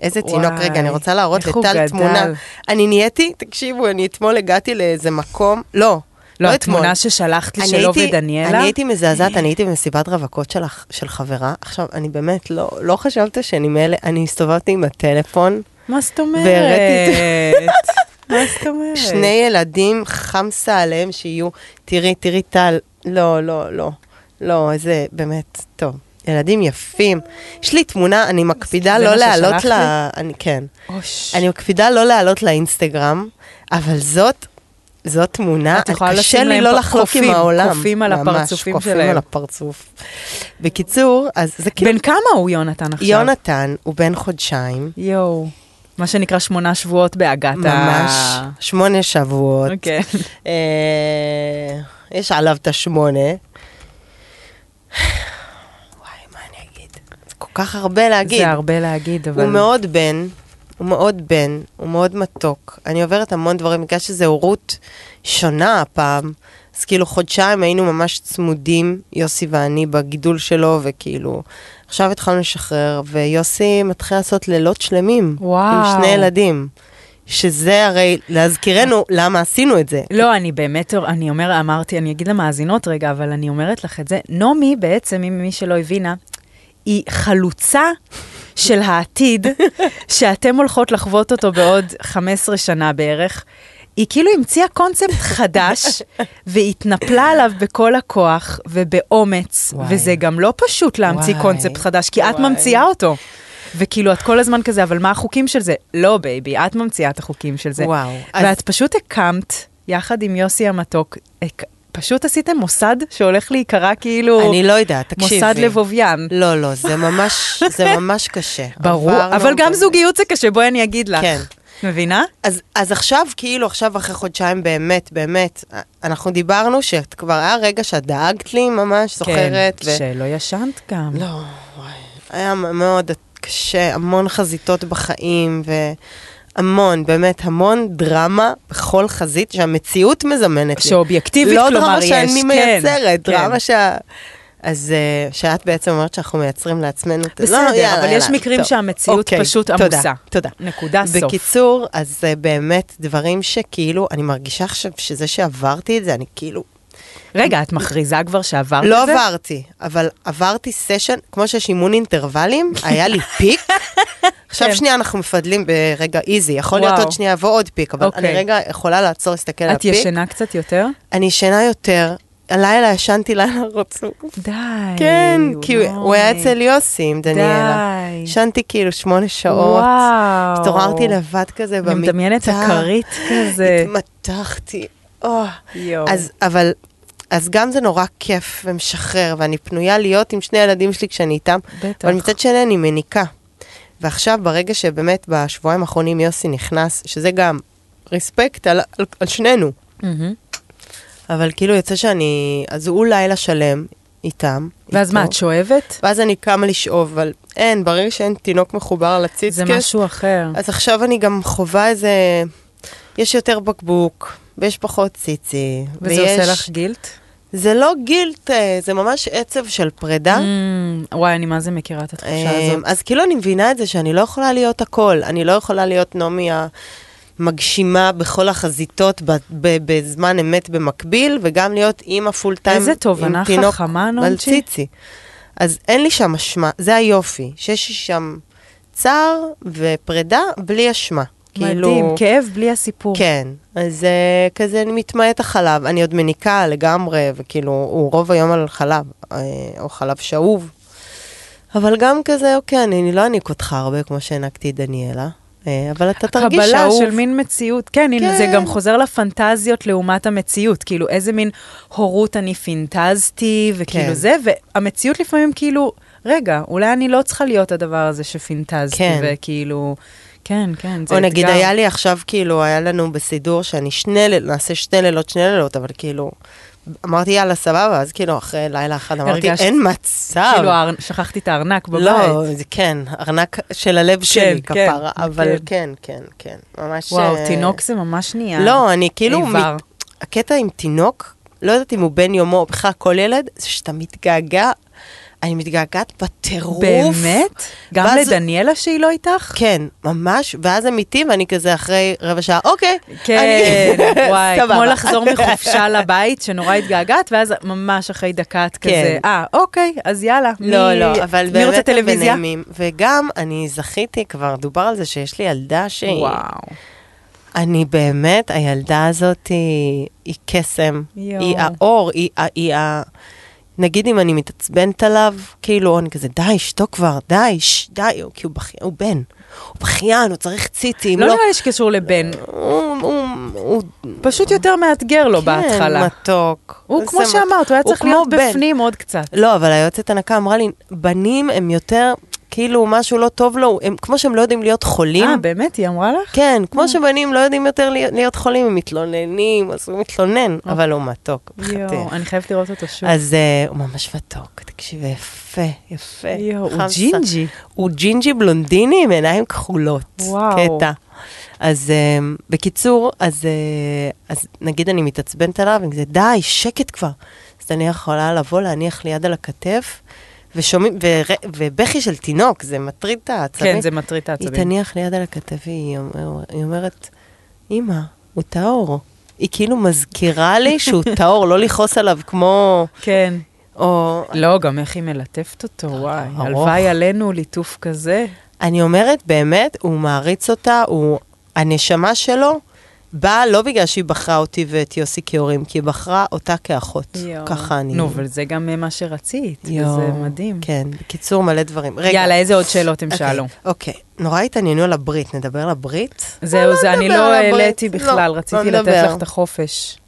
Speaker 3: איזה
Speaker 2: וואי,
Speaker 3: תינוק. רגע, אני רוצה להראות
Speaker 2: איך הוא
Speaker 3: לטל
Speaker 2: גדל.
Speaker 3: תמונה. אני נהייתי, תקשיבו, אני אתמול הגעתי לאיזה מקום, לא,
Speaker 2: לא,
Speaker 3: לא אתמול.
Speaker 2: התמונה ששלחת לי
Speaker 3: אני
Speaker 2: שלו
Speaker 3: הייתי-
Speaker 2: ודניאלה,
Speaker 3: אני הייתי מזעזעת, אני הייתי במסיבת רווקות של אח- של חברה. עכשיו, אני באמת לא לא חשבת שאני מאלה, אני הסתובבתי עם הטלפון,
Speaker 2: מה זאת אומרת?
Speaker 3: והראיתי
Speaker 2: מה זאת אומרת?
Speaker 3: שני ילדים, חמסה עליהם שיהיו, תראי, תראי טל, לא, לא, לא, לא, איזה, באמת, טוב. ילדים יפים. יש לי תמונה, אני מקפידה
Speaker 2: זה
Speaker 3: לא
Speaker 2: מה
Speaker 3: להעלות
Speaker 2: ששלחת
Speaker 3: לה... אני, כן.
Speaker 2: אוש.
Speaker 3: אני מקפידה לא להעלות לאינסטגרם, אבל זאת, זאת תמונה,
Speaker 2: את יכולה
Speaker 3: קשה
Speaker 2: לשים
Speaker 3: לי
Speaker 2: להם
Speaker 3: לא
Speaker 2: פ-
Speaker 3: לחלוק
Speaker 2: קופים,
Speaker 3: עם העולם.
Speaker 2: קופים על
Speaker 3: ממש,
Speaker 2: הפרצופים
Speaker 3: קופים
Speaker 2: שלהם.
Speaker 3: על הפרצוף. בקיצור, אז זה כאילו,
Speaker 2: בן כמה הוא יונתן עכשיו?
Speaker 3: יונתן הוא בן חודשיים,
Speaker 2: יואו. מה שנקרא שמונה שבועות באגת
Speaker 3: ממש שמונה שבועות.
Speaker 2: אוקיי.
Speaker 3: אה, יש עליו את השמונה. וואי, מה אני אגיד? זה כל כך הרבה להגיד.
Speaker 2: זה הרבה להגיד, אבל...
Speaker 3: הוא מאוד בן, הוא מאוד בן, הוא מאוד מתוק. אני עוברת המון דברים, בגלל שזו הורות שונה הפעם. אז כאילו חודשיים היינו ממש צמודים, יוסי ואני, בגידול שלו, וכאילו... עכשיו התחלנו לשחרר, ויוסי מתחיל לעשות לילות שלמים.
Speaker 2: וואו.
Speaker 3: עם שני ילדים. שזה הרי, להזכירנו, למה עשינו את זה.
Speaker 2: לא, אני באמת, אני אומר, אמרתי, אני אגיד למאזינות רגע, אבל אני אומרת לך את זה. נעמי בעצם, אם מי שלא הבינה, היא חלוצה של העתיד, שאתם הולכות לחוות אותו בעוד 15 שנה בערך. היא כאילו המציאה קונספט חדש, והתנפלה עליו בכל הכוח ובאומץ,
Speaker 3: וואי.
Speaker 2: וזה גם לא פשוט להמציא
Speaker 3: וואי.
Speaker 2: קונספט חדש, כי את
Speaker 3: וואי.
Speaker 2: ממציאה אותו. וכאילו, את כל הזמן כזה, אבל מה החוקים של זה? לא, בייבי, את ממציאה את החוקים של זה.
Speaker 3: וואו. אז-
Speaker 2: ואת פשוט הקמת, יחד עם יוסי המתוק, הק... פשוט עשיתם מוסד שהולך להיקרא כאילו...
Speaker 3: אני לא יודעת, תקשיבי.
Speaker 2: מוסד לבוביין.
Speaker 3: לא, לא, זה ממש, זה ממש קשה. לא
Speaker 2: ברור,
Speaker 3: עברנו
Speaker 2: אבל גם
Speaker 3: באמת.
Speaker 2: זוגיות זה קשה, בואי אני אגיד לך.
Speaker 3: כן.
Speaker 2: מבינה?
Speaker 3: אז, אז עכשיו, כאילו, עכשיו אחרי חודשיים, באמת, באמת, אנחנו דיברנו שאת כבר היה רגע שאת דאגת לי ממש, זוכרת.
Speaker 2: כן, שלא ישנת גם.
Speaker 3: לא, וואי. היה מאוד קשה, המון חזיתות בחיים, והמון, באמת, המון דרמה בכל חזית שהמציאות מזמנת לי.
Speaker 2: שאובייקטיבית,
Speaker 3: לא
Speaker 2: כלומר, יש.
Speaker 3: דרמה שאני
Speaker 2: כן,
Speaker 3: מייצרת,
Speaker 2: כן.
Speaker 3: דרמה שה... אז אה, שאת בעצם אומרת שאנחנו מייצרים לעצמנו את...
Speaker 2: בסדר,
Speaker 3: לא, יאללה,
Speaker 2: אבל יש
Speaker 3: יאללה,
Speaker 2: מקרים
Speaker 3: טוב.
Speaker 2: שהמציאות
Speaker 3: אוקיי,
Speaker 2: פשוט
Speaker 3: תודה,
Speaker 2: עמוסה.
Speaker 3: תודה.
Speaker 2: נקודה סוף.
Speaker 3: בקיצור, אז זה באמת דברים שכאילו, אני מרגישה עכשיו שזה שעברתי את זה, אני כאילו...
Speaker 2: רגע, את מכריזה כבר שעברת
Speaker 3: לא
Speaker 2: את זה?
Speaker 3: עברתי, אבל עברתי סשן, כמו שיש אימון אינטרוולים, היה לי פיק. עכשיו
Speaker 2: כן.
Speaker 3: שנייה אנחנו מפדלים ברגע איזי, יכול להיות
Speaker 2: וואו.
Speaker 3: עוד שנייה יבוא עוד פיק, אבל אני
Speaker 2: אוקיי.
Speaker 3: רגע יכולה לעצור, להסתכל על
Speaker 2: את
Speaker 3: הפיק.
Speaker 2: ישנה קצת יותר?
Speaker 3: אני ישנה יותר, הלילה ישנתי לילה רצוף.
Speaker 2: די.
Speaker 3: כן, כי הוא-
Speaker 2: אולי.
Speaker 3: הוא היה אצל יוסי עם דניאלה.
Speaker 2: די.
Speaker 3: ישנתי כאילו שמונה שעות.
Speaker 2: וואו.
Speaker 3: התעוררתי לבד כזה במיטה.
Speaker 2: אני מדמיינת את הכרית כזה.
Speaker 3: התמתחתי. אוה.
Speaker 2: יואו.
Speaker 3: אז, אבל, אז גם זה נורא כיף ומשחרר, ואני פנויה להיות עם שני הילדים שלי כשאני איתם.
Speaker 2: בטח.
Speaker 3: אבל מצד שני אני מניקה. ועכשיו, ברגע שבאמת בשבועיים האחרונים יוסי נכנס, שזה גם רספקט על, על, על שנינו,
Speaker 2: מהמם.
Speaker 3: אבל כאילו יוצא שאני, אז הוא לילה שלם איתם.
Speaker 2: ואז
Speaker 3: איתו.
Speaker 2: מה, את שואבת?
Speaker 3: ואז אני קמה לשאוב, אבל אין, ברגע שאין תינוק מחובר לציצקס,
Speaker 2: זה משהו אחר.
Speaker 3: אז עכשיו אני גם חווה איזה... יש יותר בקבוק, ויש פחות ציצי,
Speaker 2: וזה
Speaker 3: ויש...
Speaker 2: עושה לך גילט?
Speaker 3: זה לא גילט, אה, זה ממש עצב של פרידה.
Speaker 2: Mm, וואי, אני מה זה מכירה את התחושה
Speaker 3: אה,
Speaker 2: הזאת.
Speaker 3: אז כאילו אני מבינה את זה שאני לא יכולה להיות הכל, אני לא יכולה להיות נעמי המגשימה בכל החזיתות ב- ב- בזמן אמת במקביל, וגם להיות אימא פול טיים
Speaker 2: איזה תובנה
Speaker 3: עם תינוק
Speaker 2: חכמה,
Speaker 3: על
Speaker 2: נונצ'י.
Speaker 3: ציצי. אז אין לי שם אשמה, זה היופי, שיש שם צער ופרידה בלי אשמה. כאילו-
Speaker 2: מדהים, כאילו. כאב בלי הסיפור.
Speaker 3: כן, אז אה, כזה אני מתמעט החלב, אני עוד מניקה לגמרי, וכאילו, הוא רוב היום על חלב, אה, או חלב שאוב. אבל גם כזה, אוקיי, אני, אני לא אעניק אותך הרבה כמו שהענקתי את דניאלה, אה, אבל אתה תרגיש
Speaker 2: קבלה
Speaker 3: שאוב.
Speaker 2: של מין מציאות, כן, הנה, זה
Speaker 3: כן.
Speaker 2: גם חוזר לפנטזיות לעומת המציאות, כאילו איזה מין הורות אני פינטזתי, וכאילו
Speaker 3: כן.
Speaker 2: זה, והמציאות לפעמים כאילו, רגע, אולי אני לא צריכה להיות הדבר הזה שפינטזתי,
Speaker 3: כן.
Speaker 2: וכאילו, כן, כן, זה
Speaker 3: או
Speaker 2: אתגר.
Speaker 3: נגיד, היה לי עכשיו, כאילו, היה לנו בסידור שאני שני לילות, נעשה שני לילות, שני לילות, אבל כאילו, אמרתי, יאללה, סבבה, אז כאילו, אחרי לילה אחד אמרתי,
Speaker 2: הרגשת-
Speaker 3: אין מצב.
Speaker 2: כאילו, האר- שכחתי את הארנק בבית.
Speaker 3: לא, זה כן, ארנק של הלב שלי,
Speaker 2: כן,
Speaker 3: כפרה,
Speaker 2: כן,
Speaker 3: אבל
Speaker 2: כן.
Speaker 3: כן, כן, כן, ממש...
Speaker 2: וואו,
Speaker 3: אה,
Speaker 2: תינוק זה ממש נהיה.
Speaker 3: לא, אני כאילו,
Speaker 2: איבר.
Speaker 3: מת... הקטע עם תינוק, לא יודעת אם הוא בן יומו או בכלל כל ילד, זה שאתה מתגעגע, אני מתגעגעת בטירוף.
Speaker 2: באמת? גם
Speaker 3: ואז-
Speaker 2: לדניאלה שהיא לא איתך?
Speaker 3: כן, ממש, ואז הם איתי, ואני כזה אחרי רבע שעה, אוקיי.
Speaker 2: כן,
Speaker 3: אני-
Speaker 2: וואי,
Speaker 3: סבבה.
Speaker 2: כמו לחזור מחופשה לבית, שנורא התגעגעת, ואז ממש אחרי דקה את כזה,
Speaker 3: כן.
Speaker 2: אה, אוקיי, אז יאללה.
Speaker 3: לא,
Speaker 2: מי-
Speaker 3: לא, אבל
Speaker 2: מי רוצה
Speaker 3: באמת הם
Speaker 2: טלוויזיה?
Speaker 3: בנעימים. וגם, אני זכיתי, כבר דובר על זה שיש לי ילדה שהיא...
Speaker 2: וואו.
Speaker 3: אני באמת, הילדה הזאת היא, היא קסם,
Speaker 2: יואו.
Speaker 3: היא האור, היא, ה- היא ה... נגיד אם אני מתעצבנת עליו, כאילו, אני כזה, די, שתוק כבר, די, ש, די, הוא- כי הוא בכיין, הוא בן, הוא בכיין, הוא צריך ציצים,
Speaker 2: לא
Speaker 3: לא...
Speaker 2: נראה לי שקשור לבן,
Speaker 3: הוא, הוא, הוא,
Speaker 2: פשוט יותר מאתגר לו בהתחלה.
Speaker 3: כן, מתוק.
Speaker 2: הוא
Speaker 3: זה
Speaker 2: כמו
Speaker 3: מת-
Speaker 2: שאמרת, הוא היה
Speaker 3: הוא
Speaker 2: צריך
Speaker 3: כמו
Speaker 2: להיות
Speaker 3: בן.
Speaker 2: בפנים עוד קצת.
Speaker 3: לא, אבל היועצת הנקה אמרה לי, בנים הם יותר, כאילו, משהו לא טוב לו, הם, כמו שהם לא יודעים להיות חולים,
Speaker 2: אה, באמת? היא אמרה לך?
Speaker 3: כן, כמו שבנים לא יודעים יותר להיות, להיות חולים, הם מתלוננים, אז הוא מתלונן, אבל הוא מתוק, בחטא.
Speaker 2: אה. יואו, אני חייבת לראות אותו שוב.
Speaker 3: אז אה, הוא ממש מתוק, תקשיב, יפה, יפה.
Speaker 2: יואו, הוא
Speaker 3: חמסה.
Speaker 2: ג'ינג'י.
Speaker 3: הוא ג'ינג'י בלונדיני עם עיניים כחולות.
Speaker 2: וואו.
Speaker 3: קטע. אז אה, בקיצור, אז, אה, אז נגיד אני מתעצבנת עליו, אני כזה, די, שקט כבר. אז אני יכולה לבוא, להניח לי יד על הכתף, ושומעים, ור- ובכי של תינוק, זה מטריד את העצבים.
Speaker 2: כן, זה מטריד את
Speaker 3: היא
Speaker 2: העצבים.
Speaker 3: תניח לי יד על הכתף, והיא אומר- היא אומרת, אמא, הוא טהור. היא כאילו מזכירה לי שהוא טהור, לא לכעוס עליו כמו...
Speaker 2: כן.
Speaker 3: או...
Speaker 2: לא, גם איך היא מלטפת אותו, וואי.
Speaker 3: אה, ארוך.
Speaker 2: הלוואי עלינו ליטוף כזה.
Speaker 3: אני אומרת, באמת, הוא מעריץ אותה, הוא... הנשמה שלו באה לא בגלל שהיא בחרה אותי ואת יוסי כהורים, כי היא בחרה אותה כאחות.
Speaker 2: יואו.
Speaker 3: ככה אני...
Speaker 2: נו, אבל זה גם אה, מה שרצית,
Speaker 3: יואו.
Speaker 2: וזה מדהים.
Speaker 3: כן, בקיצור, מלא דברים. רגע.
Speaker 2: יאללה, איזה עוד שאלות הם
Speaker 3: אוקיי,
Speaker 2: שאלו?
Speaker 3: אוקיי, נורא התעניינו על הברית, נדבר על הברית?
Speaker 2: זהו, זה אני
Speaker 3: נדבר
Speaker 2: לא
Speaker 3: על הברית.
Speaker 2: העליתי בכלל,
Speaker 3: לא,
Speaker 2: רציתי
Speaker 3: לא
Speaker 2: לתת
Speaker 3: נדבר.
Speaker 2: לך את החופש.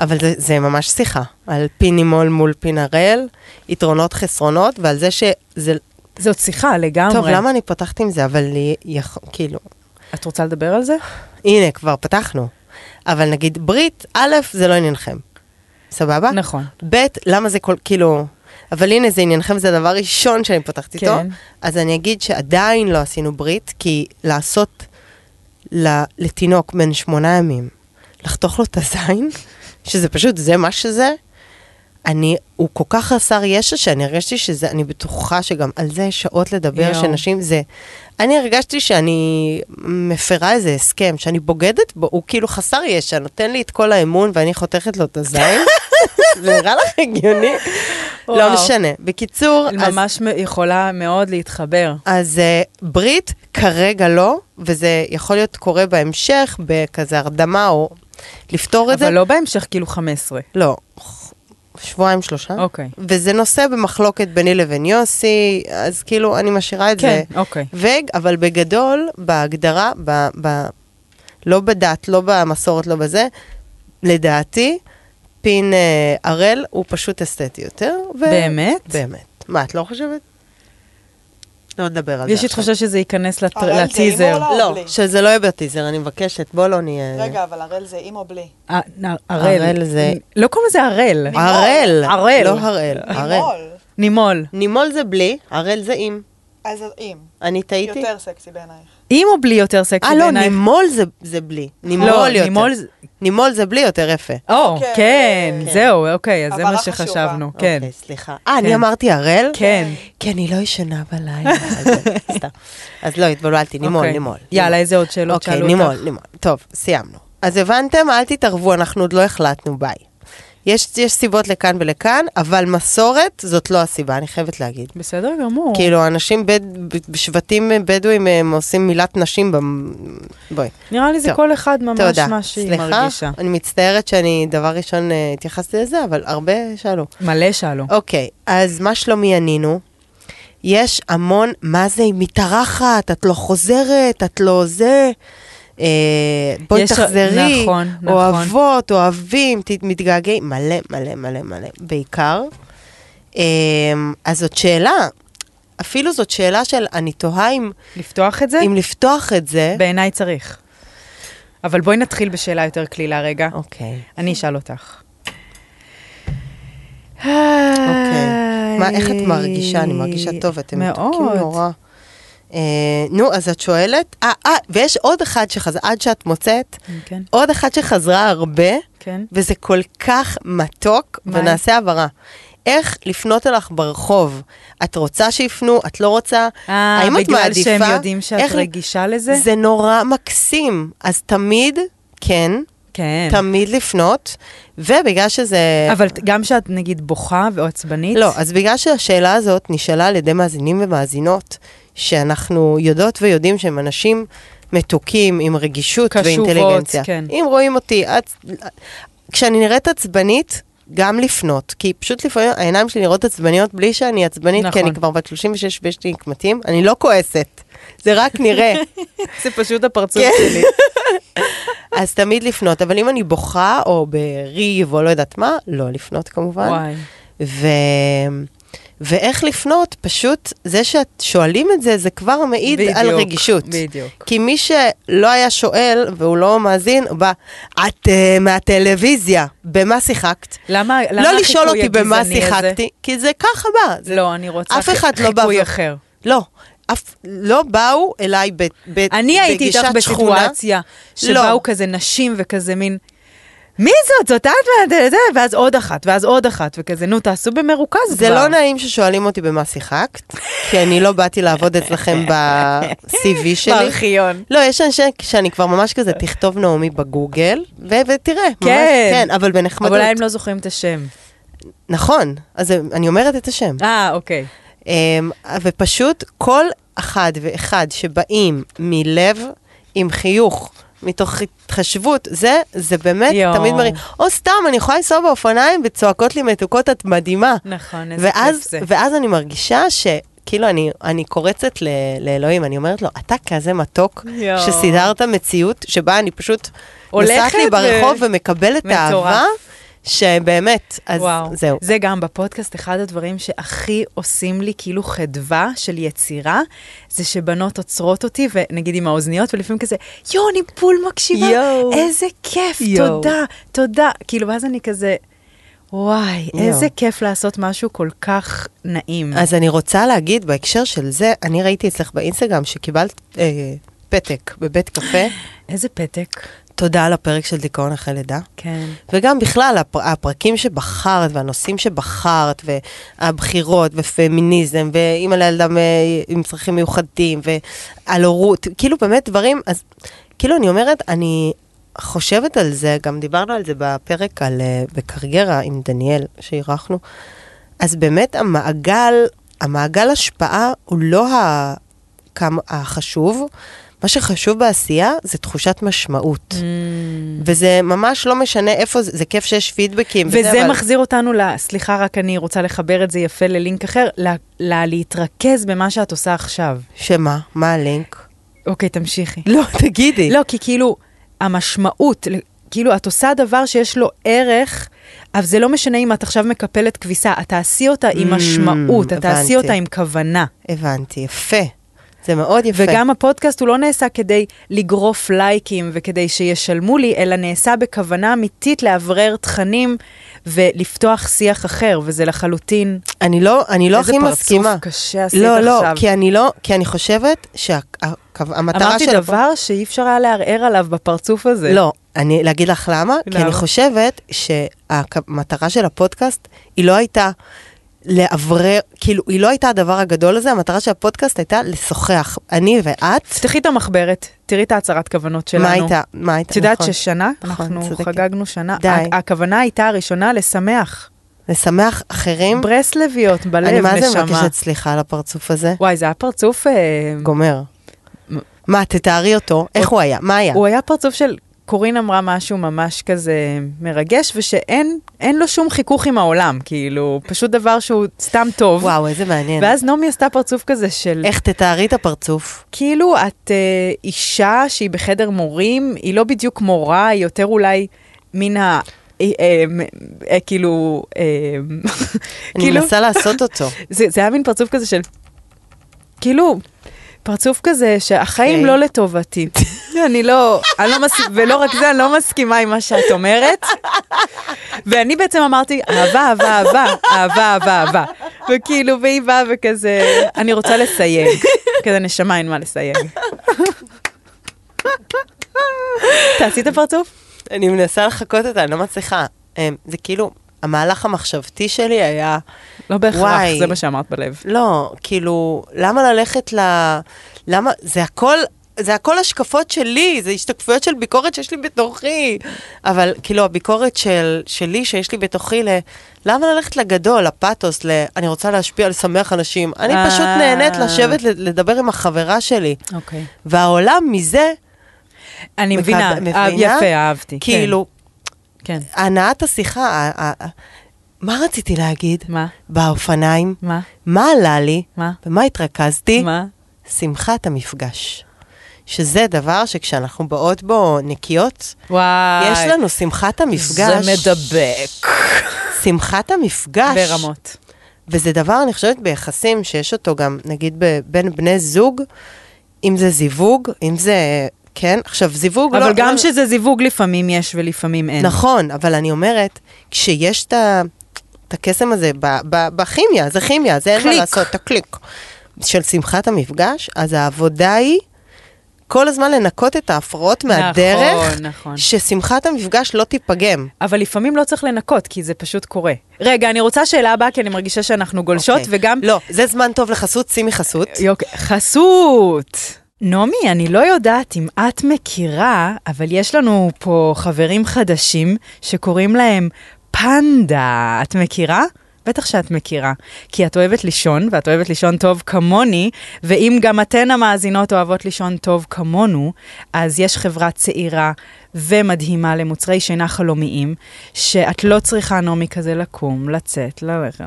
Speaker 3: אבל זה, זה ממש שיחה, על פינימול מול פינרל, יתרונות חסרונות, ועל זה שזה...
Speaker 2: זאת שיחה לגמרי.
Speaker 3: טוב, למה אני פותחת עם זה? אבל לי, יכ... כאילו,
Speaker 2: את רוצה לדבר על זה?
Speaker 3: הנה, כבר פתחנו. אבל נגיד ברית, א', זה לא עניינכם. סבבה?
Speaker 2: נכון.
Speaker 3: ב', למה זה כל, כאילו... אבל הנה, זה עניינכם, זה הדבר הראשון שאני פותחת איתו.
Speaker 2: כן.
Speaker 3: אז אני אגיד שעדיין לא עשינו ברית, כי לעשות ל- לתינוק בן שמונה ימים, לחתוך לו את הזין, שזה פשוט, זה מה שזה, אני, הוא כל כך חסר ישע שאני הרגשתי שזה, אני בטוחה שגם על זה יש שעות לדבר,
Speaker 2: יואו.
Speaker 3: שנשים זה... אני הרגשתי שאני מפרה איזה הסכם, שאני בוגדת בו, הוא כאילו חסר ישע, נותן לי את כל האמון ואני חותכת לו את הזין. זה נראה לך הגיוני?
Speaker 2: וואו.
Speaker 3: לא משנה. בקיצור, אז
Speaker 2: ממש מ- יכולה מאוד להתחבר.
Speaker 3: אז uh, ברית כרגע לא, וזה יכול להיות קורה בהמשך, בכזה הרדמה או לפתור את זה.
Speaker 2: אבל לא בהמשך כאילו 15.
Speaker 3: לא, שבועיים, שלושה.
Speaker 2: אוקיי.
Speaker 3: וזה נושא במחלוקת ביני לבין יוסי, אז כאילו אני משאירה את
Speaker 2: כן,
Speaker 3: זה.
Speaker 2: אוקיי.
Speaker 3: ו... אבל בגדול, בהגדרה, ב, ב, לא בדת, לא במסורת, לא בזה, לדעתי, פין אה, הראל הוא פשוט אסתטי יותר. ו...
Speaker 2: באמת?
Speaker 3: באמת. מה, את לא חושבת? לא נדבר על זה.
Speaker 2: יש לי
Speaker 3: עכשיו.
Speaker 2: תחושה שזה ייכנס לט-
Speaker 4: אבל זה
Speaker 2: לטיזר.
Speaker 4: הימור
Speaker 3: לא,
Speaker 4: בלי.
Speaker 3: שזה לא יהיה בטיזר, אני מבקשת, בוא לא נהיה...
Speaker 4: רגע, אבל הראל זה עם או בלי?
Speaker 2: אה, נ- הראל.
Speaker 3: הראל זה- אה?
Speaker 2: לא קוראים לזה הראל.
Speaker 4: נימול.
Speaker 3: הראל.
Speaker 2: הראל.
Speaker 3: לא הראל, הראל.
Speaker 4: נימול.
Speaker 2: נימול.
Speaker 3: נימול זה בלי, הראל זה עם.
Speaker 4: אז עם.
Speaker 3: אני טעיתי?
Speaker 4: יותר סקסי בעינייך.
Speaker 2: עם או בלי יותר סקסי
Speaker 3: אה, לא,
Speaker 2: בעינייך?
Speaker 3: נימול זה- זה בלי. נימול
Speaker 2: לא,
Speaker 3: יותר.
Speaker 2: נימול זה-
Speaker 3: נימול זה בלי יותר יפה.
Speaker 2: או,
Speaker 4: אוקיי.
Speaker 2: כן,
Speaker 4: כן.
Speaker 2: זהו, אוקיי, אז זה
Speaker 4: הבהרה
Speaker 2: מה
Speaker 4: חשובה.
Speaker 2: שחשבנו. כן.
Speaker 3: אוקיי, סליחה. אה, אני
Speaker 2: כן.
Speaker 3: אמרתי הראל?
Speaker 2: כן.
Speaker 3: כי אני לא ישנה בלילה. אז זה, סתם. אז לא, התבלבלתי, נימול,
Speaker 2: אוקיי.
Speaker 3: נימול.
Speaker 2: יאללה, איזה עוד שאלות
Speaker 3: אוקיי,
Speaker 2: שאלו
Speaker 3: נימול,
Speaker 2: אותך?
Speaker 3: נימול. טוב, סיימנו. אז הבנתם, אל תתערבו, אנחנו עוד לא החלטנו, ביי. יש, יש סיבות לכאן ולכאן, אבל מסורת זאת לא הסיבה, אני חייבת להגיד.
Speaker 2: בסדר גמור.
Speaker 3: כאילו, אנשים, בד... ב- שבטים בדואים הם עושים מילת נשים במ... בואי,
Speaker 2: נראה לי זה
Speaker 3: טוב,
Speaker 2: כל אחד ממש
Speaker 3: תודה.
Speaker 2: מה שהיא
Speaker 3: סליחה,
Speaker 2: מרגישה.
Speaker 3: אני מצטערת שאני דבר ראשון אה, התייחסתי לזה, אבל הרבה שאלו.
Speaker 2: מלא שאלו.
Speaker 3: אוקיי, אז מה שלומי ענינו? יש המון, מה זה, היא מתארחת, את לא חוזרת, את לא זה. אה, בואי
Speaker 2: יש-
Speaker 3: תחזרי,
Speaker 2: נכון, נכון.
Speaker 3: אוהבות, אוהבים, ת- מתגעגעים, מלא, מלא, מלא, מלא, בעיקר. אה, אז זאת שאלה, אפילו זאת שאלה של, אני תוהה אם,
Speaker 2: לפתוח את זה?
Speaker 3: אם לא- לפתוח את זה.
Speaker 2: בעיניי צריך. אבל בואי נתחיל בשאלה יותר קלילה רגע.
Speaker 3: אוקיי.
Speaker 2: אני אשאל אותך.
Speaker 3: אוקיי. מה, איך את מרגישה? אני מרגישה טוב, אתם מתוקים
Speaker 2: מאוד.
Speaker 3: נורא. אה, נו, אז את שואלת, אה, אה, ויש עוד אחד שחזרה, עד שאת מוצאת,
Speaker 2: כן,
Speaker 3: עוד אחת שחזרה הרבה,
Speaker 2: כן.
Speaker 3: וזה כל כך מתוק,
Speaker 2: מה?
Speaker 3: ונעשה הבהרה. איך לפנות אליך ברחוב? את רוצה שיפנו? את לא רוצה?
Speaker 2: אה,
Speaker 3: האם את
Speaker 2: בגלל
Speaker 3: מעדיפה?
Speaker 2: שהם יודעים שאת
Speaker 3: איך-
Speaker 2: רגישה לזה?
Speaker 3: זה נורא מקסים. אז תמיד, כן,
Speaker 2: כן.
Speaker 3: תמיד לפנות, ובגלל שזה...
Speaker 2: אבל ת- גם שאת נגיד בוכה או עצבנית?
Speaker 3: לא, אז בגלל שהשאלה הזאת נשאלה על ידי מאזינים ומאזינות, שאנחנו יודעות ויודעים שהם אנשים מתוקים, עם רגישות
Speaker 2: קשובות,
Speaker 3: ואינטליגנציה.
Speaker 2: כן.
Speaker 3: אם רואים אותי, את... כשאני נראית עצבנית, גם לפנות, כי פשוט לפעמים העיניים שלי נראות עצבניות בלי שאני עצבנית, כי
Speaker 2: נכון.
Speaker 3: אני כבר בת 36 ויש לי נקמתים, אני לא כועסת, זה רק נראה.
Speaker 2: זה פשוט הפרצוף
Speaker 3: כן.
Speaker 2: שלי.
Speaker 3: אז תמיד לפנות, אבל אם אני בוכה או בריב או לא יודעת מה, לא לפנות כמובן.
Speaker 2: וואי.
Speaker 3: ו... ואיך לפנות, פשוט זה שאת שואלים את זה, זה כבר מעיד בדיוק, על
Speaker 2: בדיוק,
Speaker 3: רגישות.
Speaker 2: בדיוק.
Speaker 3: כי מי שלא היה שואל והוא לא מאזין, הוא בא, את uh, מהטלוויזיה, במה שיחקת?
Speaker 2: למה למה
Speaker 3: לא לשאול
Speaker 2: החיקוי
Speaker 3: אותי במה
Speaker 2: הגזעני הזה?
Speaker 3: שיחקתי, כי זה ככה בא. זה...
Speaker 2: לא, אני רוצה
Speaker 3: אף
Speaker 2: חי-
Speaker 3: אחד לא בא
Speaker 2: חיקוי
Speaker 3: ו-
Speaker 2: אחר.
Speaker 3: לא, אף, לא באו אליי ב, ב,
Speaker 2: אני הייתי איתך
Speaker 3: בגישת שכונה.
Speaker 2: בסיטואציה
Speaker 3: לא.
Speaker 2: שבאו כזה נשים וכזה מין, מי זאת? זאת את? ואת- זה?" ואז עוד אחת, ואז עוד אחת, וכזה, נו, תעשו במרוכז כבר.
Speaker 3: זה לא נעים ששואלים אותי במה שיחקת, כי אני לא באתי לעבוד אצלכם ב-CV שלי.
Speaker 2: בארכיון.
Speaker 3: לא, יש אנשים שאני כבר ממש כזה, תכתוב נעמי בגוגל, ו- ותראה. ממש,
Speaker 2: כן.
Speaker 3: כן, אבל
Speaker 2: אבל
Speaker 3: בנחמדות.
Speaker 2: אולי הם לא זוכרים את השם.
Speaker 3: נכון, אז אני אומרת את השם.
Speaker 2: אה, אוקיי.
Speaker 3: אמ, ופשוט כל אחד ואחד שבאים מלב עם חיוך מתוך התחשבות, זה, זה באמת
Speaker 2: יואו.
Speaker 3: תמיד מראים. או סתם, אני יכולה לנסוע באופניים וצועקות לי מתוקות, את מדהימה.
Speaker 2: נכון, איזה כיף
Speaker 3: ואז,
Speaker 2: זה.
Speaker 3: ואז אני מרגישה שכאילו אני, אני קורצת ל, לאלוהים, אני אומרת לו, אתה כזה מתוק,
Speaker 2: יואו.
Speaker 3: שסידרת מציאות שבה אני פשוט
Speaker 2: הולכת
Speaker 3: נוסעת לי
Speaker 2: ו-
Speaker 3: ברחוב ומקבלת
Speaker 2: מטורף.
Speaker 3: אהבה, שבאמת, אז
Speaker 2: וואו.
Speaker 3: זהו.
Speaker 2: זה גם בפודקאסט, אחד הדברים שהכי עושים לי כאילו חדווה של יצירה, זה שבנות עוצרות אותי, ונגיד עם האוזניות, ולפעמים כזה, יואו, אני בול מקשיבה,
Speaker 3: יואו.
Speaker 2: איזה כיף,
Speaker 3: יואו.
Speaker 2: תודה, תודה. כאילו, ואז אני כזה, וואי,
Speaker 3: יואו.
Speaker 2: איזה כיף לעשות משהו כל כך נעים.
Speaker 3: אז אני רוצה להגיד בהקשר של זה, אני ראיתי אצלך באינסטגרם שקיבלת אה, פתק בבית קפה,
Speaker 2: איזה פתק.
Speaker 3: תודה על הפרק של דיכאון אחרי לידה.
Speaker 2: כן.
Speaker 3: וגם בכלל, הפר, הפרקים שבחרת והנושאים שבחרת, והבחירות, ופמיניזם, ואימא לילדה מ- עם צרכים מיוחדים, ועל הורות, כאילו באמת דברים, אז כאילו אני אומרת, אני חושבת על זה, גם דיברנו על זה בפרק על, אה, בקריירה עם דניאל, שאירחנו, אז באמת המעגל, המעגל השפעה הוא לא ה, כמה, החשוב, מה שחשוב בעשייה זה תחושת משמעות. וזה ממש לא משנה איפה זה, זה כיף שיש פידבקים.
Speaker 2: וזה
Speaker 3: אבל-
Speaker 2: מחזיר אותנו ל... סליחה, רק אני רוצה לחבר את זה יפה ללינק אחר, ל- ל- להתרכז במה שאת עושה עכשיו.
Speaker 3: שמה? מה הלינק?
Speaker 2: אוקיי, תמשיכי.
Speaker 3: לא, תגידי.
Speaker 2: לא, כי כאילו, המשמעות, ל- כאילו, את עושה דבר שיש לו ערך, אבל זה לא משנה אם את עכשיו מקפלת כביסה, את תעשי אותה עם
Speaker 3: Mm,
Speaker 2: משמעות, את תעשי
Speaker 3: הבנתי.
Speaker 2: אותה עם כוונה.
Speaker 3: הבנתי, יפה. זה מאוד יפה.
Speaker 2: וגם הפודקאסט הוא לא נעשה כדי לגרוף לייקים וכדי שישלמו לי, אלא נעשה בכוונה אמיתית לאוורר תכנים ולפתוח שיח אחר, וזה לחלוטין...
Speaker 3: אני לא, אני לא הכי
Speaker 2: איזה
Speaker 3: מסכימה.
Speaker 2: פרצוף קשה עשית
Speaker 3: לא, לא,
Speaker 2: עכשיו.
Speaker 3: כי אני לא, כי אני חושבת שהמטרה
Speaker 2: אמרתי
Speaker 3: של... הפ-
Speaker 2: דבר שאי אפשר היה לערער עליו בפרצוף הזה.
Speaker 3: לא, אני להגיד לך למה? כי
Speaker 2: למה?
Speaker 3: אני חושבת שהמטרה של הפודקאסט היא לא הייתה לאוורר, כאילו, היא לא הייתה הדבר הגדול הזה, המטרה של הפודקאסט הייתה לשוחח. אני ואת,
Speaker 2: תפתחי את המחברת, תראי את ההצהרת כוונות שלנו.
Speaker 3: מה הייתה? מה הייתה?
Speaker 2: את יודעת
Speaker 3: נכון.
Speaker 2: ששנה,
Speaker 3: נכון,
Speaker 2: אנחנו
Speaker 3: צודקת.
Speaker 2: חגגנו שנה.
Speaker 3: די.
Speaker 2: ה- הכוונה הייתה הראשונה לשמח.
Speaker 3: לשמח אחרים.
Speaker 2: ברסלביות בלב,
Speaker 3: אני מה זה
Speaker 2: נשמה.
Speaker 3: מבקשת סליחה על הפרצוף הזה?
Speaker 2: וואי, זה היה פרצוף... אה,
Speaker 3: גומר.
Speaker 2: מ-
Speaker 3: מה, תתארי אותו, איך הוא היה? מה היה?
Speaker 2: הוא היה פרצוף של... קורין אמרה משהו ממש כזה מרגש, ושאין אין לו שום חיכוך עם העולם, כאילו, פשוט דבר שהוא סתם טוב.
Speaker 3: וואו, איזה מעניין.
Speaker 2: ואז נעמי עשתה פרצוף כזה של...
Speaker 3: איך תתארי את הפרצוף?
Speaker 2: כאילו את אה, אישה שהיא בחדר מורים, היא לא בדיוק מורה, היא יותר אולי מן ה... אה, אה, אה, כאילו, אה,
Speaker 3: אני
Speaker 2: כאילו,
Speaker 3: מנסה לעשות אותו.
Speaker 2: זה, זה היה מין פרצוף כזה של, כאילו, פרצוף כזה שהחיים
Speaker 3: אוקיי.
Speaker 2: לא לטובתי. אני לא, אני לא מס... ולא רק זה, אני לא מסכימה עם מה שאת אומרת. ואני בעצם אמרתי, אהבה, אהבה, אהבה, אהבה, אהבה, אהבה. וכאילו, והיא באה וכזה, אני רוצה לסייג. כזה נשמה, אין מה לסייג. תעשי את הפרצוף?
Speaker 3: אני מנסה לחקות אותה, אני לא מצליחה. אמ, זה כאילו, המהלך המחשבתי שלי היה,
Speaker 2: לא בהכרח,
Speaker 3: וואי.
Speaker 2: זה מה שאמרת בלב.
Speaker 3: לא, כאילו, למה ללכת ל... למה, זה הכל... זה הכל השקפות שלי, זה השתקפויות של ביקורת שיש לי בתוכי. אבל כאילו הביקורת של, שלי שיש לי בתוכי ל... למה ללכת לגדול, לפאתוס, ל... אני רוצה להשפיע, לשמח אנשים. אני
Speaker 2: אה.
Speaker 3: פשוט נהנית לשבת ל- לדבר עם החברה שלי.
Speaker 2: אוקיי.
Speaker 3: והעולם מזה,
Speaker 2: אני מבינה,
Speaker 3: מקב-
Speaker 2: אה,
Speaker 3: מבינה?
Speaker 2: יפה, אהבתי. כן,
Speaker 3: כאילו,
Speaker 2: כן.
Speaker 3: הנעת השיחה, ה- ה- ה- מה רציתי להגיד?
Speaker 2: מה?
Speaker 3: באופניים,
Speaker 2: מה?
Speaker 3: מה עלה לי?
Speaker 2: מה?
Speaker 3: במה התרכזתי?
Speaker 2: מה?
Speaker 3: שמחת המפגש. שזה דבר שכשאנחנו באות בו נקיות,
Speaker 2: וואי.
Speaker 3: יש לנו שמחת המפגש.
Speaker 2: זה מדבק.
Speaker 3: שמחת המפגש.
Speaker 2: ברמות.
Speaker 3: וזה דבר, אני חושבת, ביחסים שיש אותו גם, נגיד, ב- בין בני זוג, אם זה זיווג, אם זה... כן? עכשיו, זיווג לא...
Speaker 2: אבל גם
Speaker 3: לא-
Speaker 2: שזה זיווג לפעמים יש ולפעמים אין.
Speaker 3: נכון, אבל אני אומרת, כשיש את ה- את הקסם הזה ב, ב, בכימיה, זה כימיה, זה אין מה
Speaker 2: קליק.
Speaker 3: לעשות, את הקליק של שמחת המפגש, אז העבודה היא כל הזמן לנקות את ההפרעות מהדרך,
Speaker 2: נכון, נכון.
Speaker 3: ששמחת המפגש לא תיפגם.
Speaker 2: אבל לפעמים לא צריך לנקות, כי זה פשוט קורה. רגע, אני רוצה שאלה הבאה, כי אני מרגישה שאנחנו גולשות,
Speaker 3: אוקיי.
Speaker 2: וגם...
Speaker 3: לא, זה זמן טוב לחסות, שימי חסות.
Speaker 2: יוק... חסות! נעמי, אני לא יודעת אם את מכירה, אבל יש לנו פה חברים חדשים שקוראים להם פנדה. את מכירה? בטח שאת מכירה, כי את אוהבת לישון, ואת אוהבת לישון טוב כמוני, ואם גם אתן המאזינות אוהבות לישון טוב כמונו, אז יש חברה צעירה ומדהימה למוצרי שינה חלומיים, שאת לא צריכה נעמי כזה לקום, לצאת, ללכת,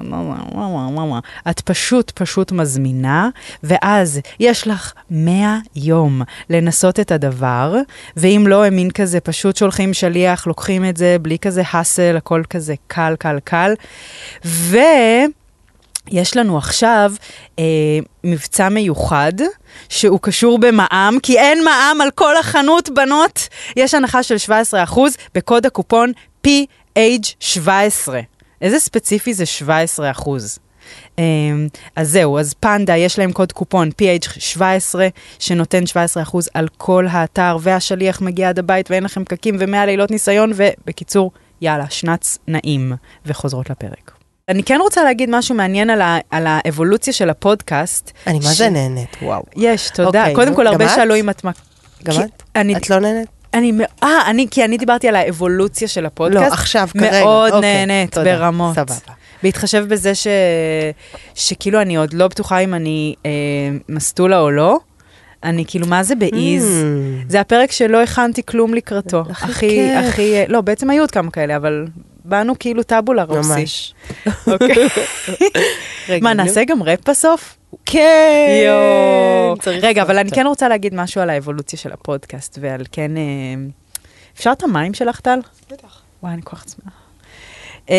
Speaker 2: את פשוט פשוט מזמינה, ואז יש לך 100 יום לנסות את הדבר, ואם לא, הם מין כזה פשוט שולחים שליח, לוקחים את זה, בלי כזה האסל, הכל כזה קל, קל, קל. ו... יש לנו עכשיו אה, מבצע מיוחד, שהוא קשור במע"מ, כי אין מע"מ על כל החנות, בנות. יש הנחה של 17% בקוד הקופון PH17. איזה ספציפי זה 17%? אה, אז זהו, אז פנדה, יש להם קוד קופון PH17, שנותן 17% על כל האתר, והשליח מגיע עד הבית ואין לכם פקקים ומאה לילות ניסיון, ובקיצור, יאללה, שנץ נעים, וחוזרות לפרק. אני כן רוצה להגיד משהו מעניין על, ה- על האבולוציה של הפודקאסט.
Speaker 3: אני מה
Speaker 2: ש-
Speaker 3: זה נהנית, וואו.
Speaker 2: יש, תודה.
Speaker 3: אוקיי,
Speaker 2: קודם
Speaker 3: נו,
Speaker 2: כל,
Speaker 3: גם
Speaker 2: הרבה
Speaker 3: את?
Speaker 2: שאלו אם את... מק-
Speaker 3: גם
Speaker 2: כי
Speaker 3: את?
Speaker 2: אני,
Speaker 3: את לא נהנית?
Speaker 2: אני, מא- אה, אני, כי אני דיברתי על האבולוציה של
Speaker 3: לא,
Speaker 2: הפודקאסט.
Speaker 3: עכשיו, כרגע.
Speaker 2: מאוד
Speaker 3: אוקיי,
Speaker 2: נהנית,
Speaker 3: תודה,
Speaker 2: ברמות.
Speaker 3: סבבה.
Speaker 2: בהתחשב בזה ש... שכאילו אני עוד לא בטוחה אם אני אה, מסטולה או לא, אני כאילו, מה זה באיז?
Speaker 3: Hmm.
Speaker 2: זה הפרק שלא הכנתי כלום לקראתו.
Speaker 3: הכי
Speaker 2: הכי,
Speaker 3: כיף.
Speaker 2: הכי, אה, לא, בעצם היו עוד כמה כאלה, אבל באנו כאילו טאבולה רוסי.
Speaker 3: ממש.
Speaker 2: אוקיי.
Speaker 3: רגע,
Speaker 2: מה,
Speaker 3: נו.
Speaker 2: נעשה גם ראפ בסוף?
Speaker 3: כן.
Speaker 2: יואו.
Speaker 3: צריך
Speaker 2: רגע, אבל
Speaker 3: לעשות
Speaker 2: אני
Speaker 3: את
Speaker 2: כן רוצה להגיד משהו על האבולוציה של הפודקאסט, ועל כן... אה, אפשר את המים שלך, טל?
Speaker 4: בטח.
Speaker 2: וואי, אני כל כך עצמה. אה,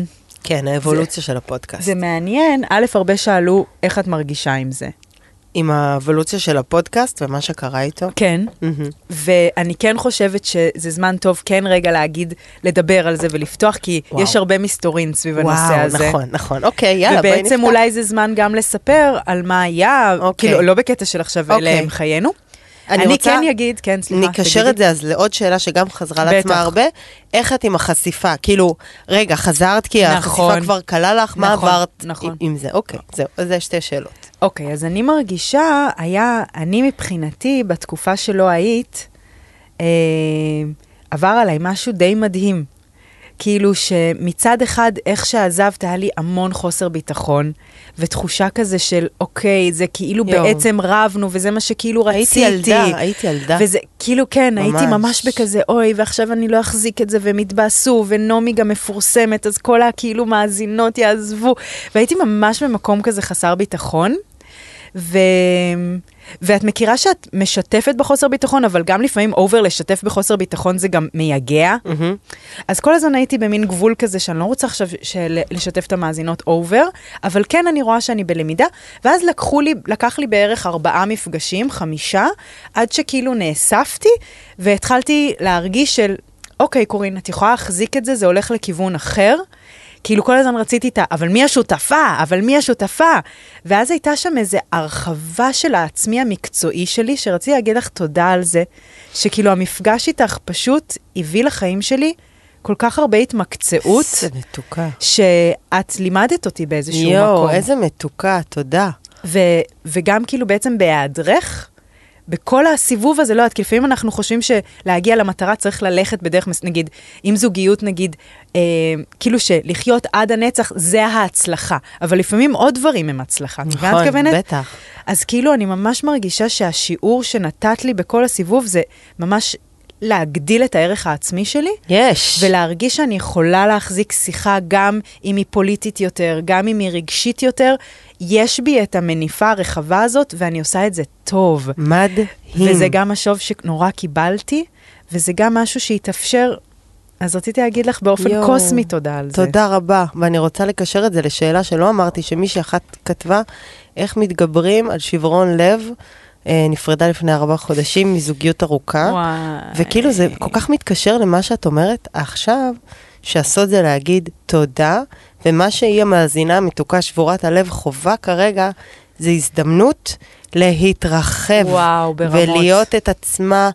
Speaker 3: זה. כן, האבולוציה של הפודקאסט.
Speaker 2: זה מעניין, א', הרבה שאלו איך את מרגישה עם זה.
Speaker 3: עם האבולוציה של הפודקאסט ומה שקרה איתו.
Speaker 2: כן.
Speaker 3: מהמם.
Speaker 2: ואני כן חושבת שזה זמן טוב כן רגע להגיד, לדבר על זה ולפתוח, כי
Speaker 3: וואו.
Speaker 2: יש הרבה מסתורין סביב הנושא הזה.
Speaker 3: וואו, נכון, נכון. אוקיי, יאללה, בואי נפתח.
Speaker 2: ובעצם אולי זה זמן גם לספר על מה היה,
Speaker 3: אוקיי.
Speaker 2: כאילו, לא בקטע של עכשיו
Speaker 3: אוקיי.
Speaker 2: אלה הם חיינו.
Speaker 3: אני
Speaker 2: אני,
Speaker 3: רוצה-
Speaker 2: כן אגיד, כן, סליחה,
Speaker 3: נקשר
Speaker 2: תגידי.
Speaker 3: את זה אז לעוד שאלה שגם חזרה
Speaker 2: בטח.
Speaker 3: לעצמה הרבה, איך את עם החשיפה? כאילו, רגע, חזרת כי
Speaker 2: נכון.
Speaker 3: החשיפה כבר קלה לך, מה
Speaker 2: נכון,
Speaker 3: עברת
Speaker 2: נכון.
Speaker 3: עם זה? אוקיי, זהו, אז זה שתי שאלות.
Speaker 2: אוקיי, אז אני מרגישה, היה, אני מבחינתי, בתקופה שלא היית, אה, עבר עליי משהו די מדהים. כאילו שמצד אחד, איך שעזבת, היה לי המון חוסר ביטחון, ותחושה כזה של, אוקיי, זה כאילו
Speaker 3: יואו.
Speaker 2: יו. בעצם רבנו, וזה מה שכאילו
Speaker 3: הייתי
Speaker 2: רציתי.
Speaker 3: ילדה, הייתי ילדה.
Speaker 2: וזה, כאילו, כן, ממש. הייתי
Speaker 3: ממש.
Speaker 2: ממש בכזה, אוי, ועכשיו אני לא אחזיק את זה, והם התבאסו, ונעמי גם מפורסמת, אז כל הכאילו מאזינות יעזבו. והייתי ממש במקום כזה חסר ביטחון. ו... ואת מכירה שאת משתפת בחוסר ביטחון, אבל גם לפעמים אובר לשתף בחוסר ביטחון זה גם מייגע.
Speaker 3: מהמם.
Speaker 2: אז כל הזמן הייתי במין גבול כזה שאני לא רוצה עכשיו של... לשתף את המאזינות אובר, אבל כן אני רואה שאני בלמידה, ואז לקחו לי, לקח לי בערך ארבעה מפגשים, חמישה, עד שכאילו נאספתי, והתחלתי להרגיש של, אוקיי, קורין, את יכולה להחזיק את זה, זה הולך לכיוון אחר. כאילו כל הזמן רציתי את ה... אבל מי השותפה? אבל מי השותפה? ואז הייתה שם איזו הרחבה של העצמי המקצועי שלי, שרציתי להגיד לך תודה על זה, שכאילו המפגש איתך פשוט הביא לחיים שלי כל כך הרבה התמקצעות,
Speaker 3: איזה מתוקה.
Speaker 2: שאת לימדת אותי באיזשהו
Speaker 3: יואו,
Speaker 2: מקום.
Speaker 3: איזה מתוקה, תודה.
Speaker 2: ו- וגם כאילו בעצם בהיעדרך, בכל הסיבוב הזה, לא יודעת, כי לפעמים אנחנו חושבים שלהגיע למטרה צריך ללכת בדרך, מס- נגיד, עם זוגיות, נגיד, אה, כאילו שלחיות עד הנצח זה ההצלחה, אבל לפעמים עוד דברים הם הצלחה, את מבינה את
Speaker 3: נכון,
Speaker 2: מתכוונת?
Speaker 3: בטח.
Speaker 2: אז כאילו, אני ממש מרגישה שהשיעור שנתת לי בכל הסיבוב זה ממש להגדיל את הערך העצמי שלי,
Speaker 3: יש.
Speaker 2: ולהרגיש שאני יכולה להחזיק שיחה גם אם היא פוליטית יותר, גם אם היא רגשית יותר. יש בי את המניפה הרחבה הזאת, ואני עושה את זה טוב.
Speaker 3: מדהים.
Speaker 2: וזה גם השוב שנורא קיבלתי, וזה גם משהו שהתאפשר. אז רציתי להגיד לך באופן
Speaker 3: יואו.
Speaker 2: קוסמי תודה על זה.
Speaker 3: תודה רבה, ואני רוצה לקשר את זה לשאלה שלא אמרתי, שמישהי אחת כתבה, איך מתגברים על שברון לב, אה, נפרדה לפני ארבעה חודשים מזוגיות ארוכה.
Speaker 2: וואי.
Speaker 3: וכאילו זה כל כך מתקשר למה שאת אומרת עכשיו, שהסוד זה להגיד תודה, ומה שהיא המאזינה המתוקה שבורת הלב חווה כרגע, זה הזדמנות להתרחב.
Speaker 2: וואו, ברמות.
Speaker 3: ולהיות את עצמה.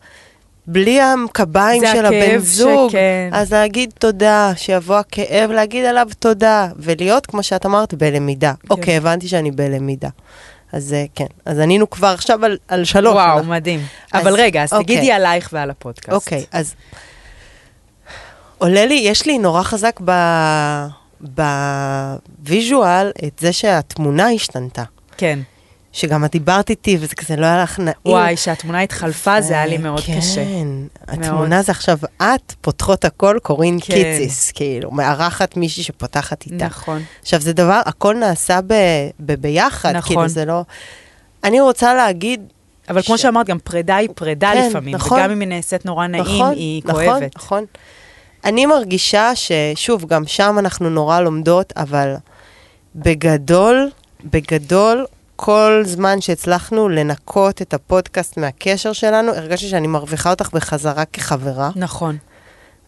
Speaker 3: בלי הקביים
Speaker 2: זה
Speaker 3: של
Speaker 2: הכאב
Speaker 3: הבן זוג,
Speaker 2: שכן.
Speaker 3: אז להגיד תודה, שיבוא הכאב, להגיד עליו תודה, ולהיות, כמו שאת אמרת, בלמידה.
Speaker 2: כן.
Speaker 3: אוקיי, הבנתי שאני בלמידה. אז אה, כן, אז ענינו כבר עכשיו על, על שלוש.
Speaker 2: וואו,
Speaker 3: אנחנו-
Speaker 2: מדהים.
Speaker 3: לא אז-
Speaker 2: אבל רגע, אז
Speaker 3: אוקיי.
Speaker 2: תגידי עלייך ועל הפודקאסט.
Speaker 3: אוקיי, אז עולה לי, יש לי נורא חזק ב... בוויז'ואל את זה שהתמונה השתנתה.
Speaker 2: כן.
Speaker 3: שגם את דיברת איתי, וזה כזה לא היה לך נעים.
Speaker 2: וואי, כשהתמונה התחלפה זה היה לי מאוד
Speaker 3: כן,
Speaker 2: קשה.
Speaker 3: התמונה זה עכשיו את, פותחות הכל, קורין
Speaker 2: כן.
Speaker 3: קיציס, כאילו, מארחת מישהי שפותחת איתה.
Speaker 2: נכון.
Speaker 3: עכשיו, זה דבר, הכל נעשה ב, ב, ביחד,
Speaker 2: נכון.
Speaker 3: כאילו, זה לא... אני רוצה להגיד,
Speaker 2: אבל כמו
Speaker 3: ש-
Speaker 2: שאמרת, גם פרידה היא פרידה
Speaker 3: כן,
Speaker 2: לפעמים,
Speaker 3: נכון.
Speaker 2: וגם אם היא נעשית נורא נעים,
Speaker 3: נכון,
Speaker 2: היא
Speaker 3: נכון,
Speaker 2: כואבת.
Speaker 3: נכון. אני מרגישה ששוב, גם שם אנחנו נורא לומדות, אבל בגדול, בגדול, כל זמן שהצלחנו לנקות את הפודקאסט מהקשר שלנו, הרגשתי שאני מרוויחה אותך בחזרה כחברה.
Speaker 2: נכון.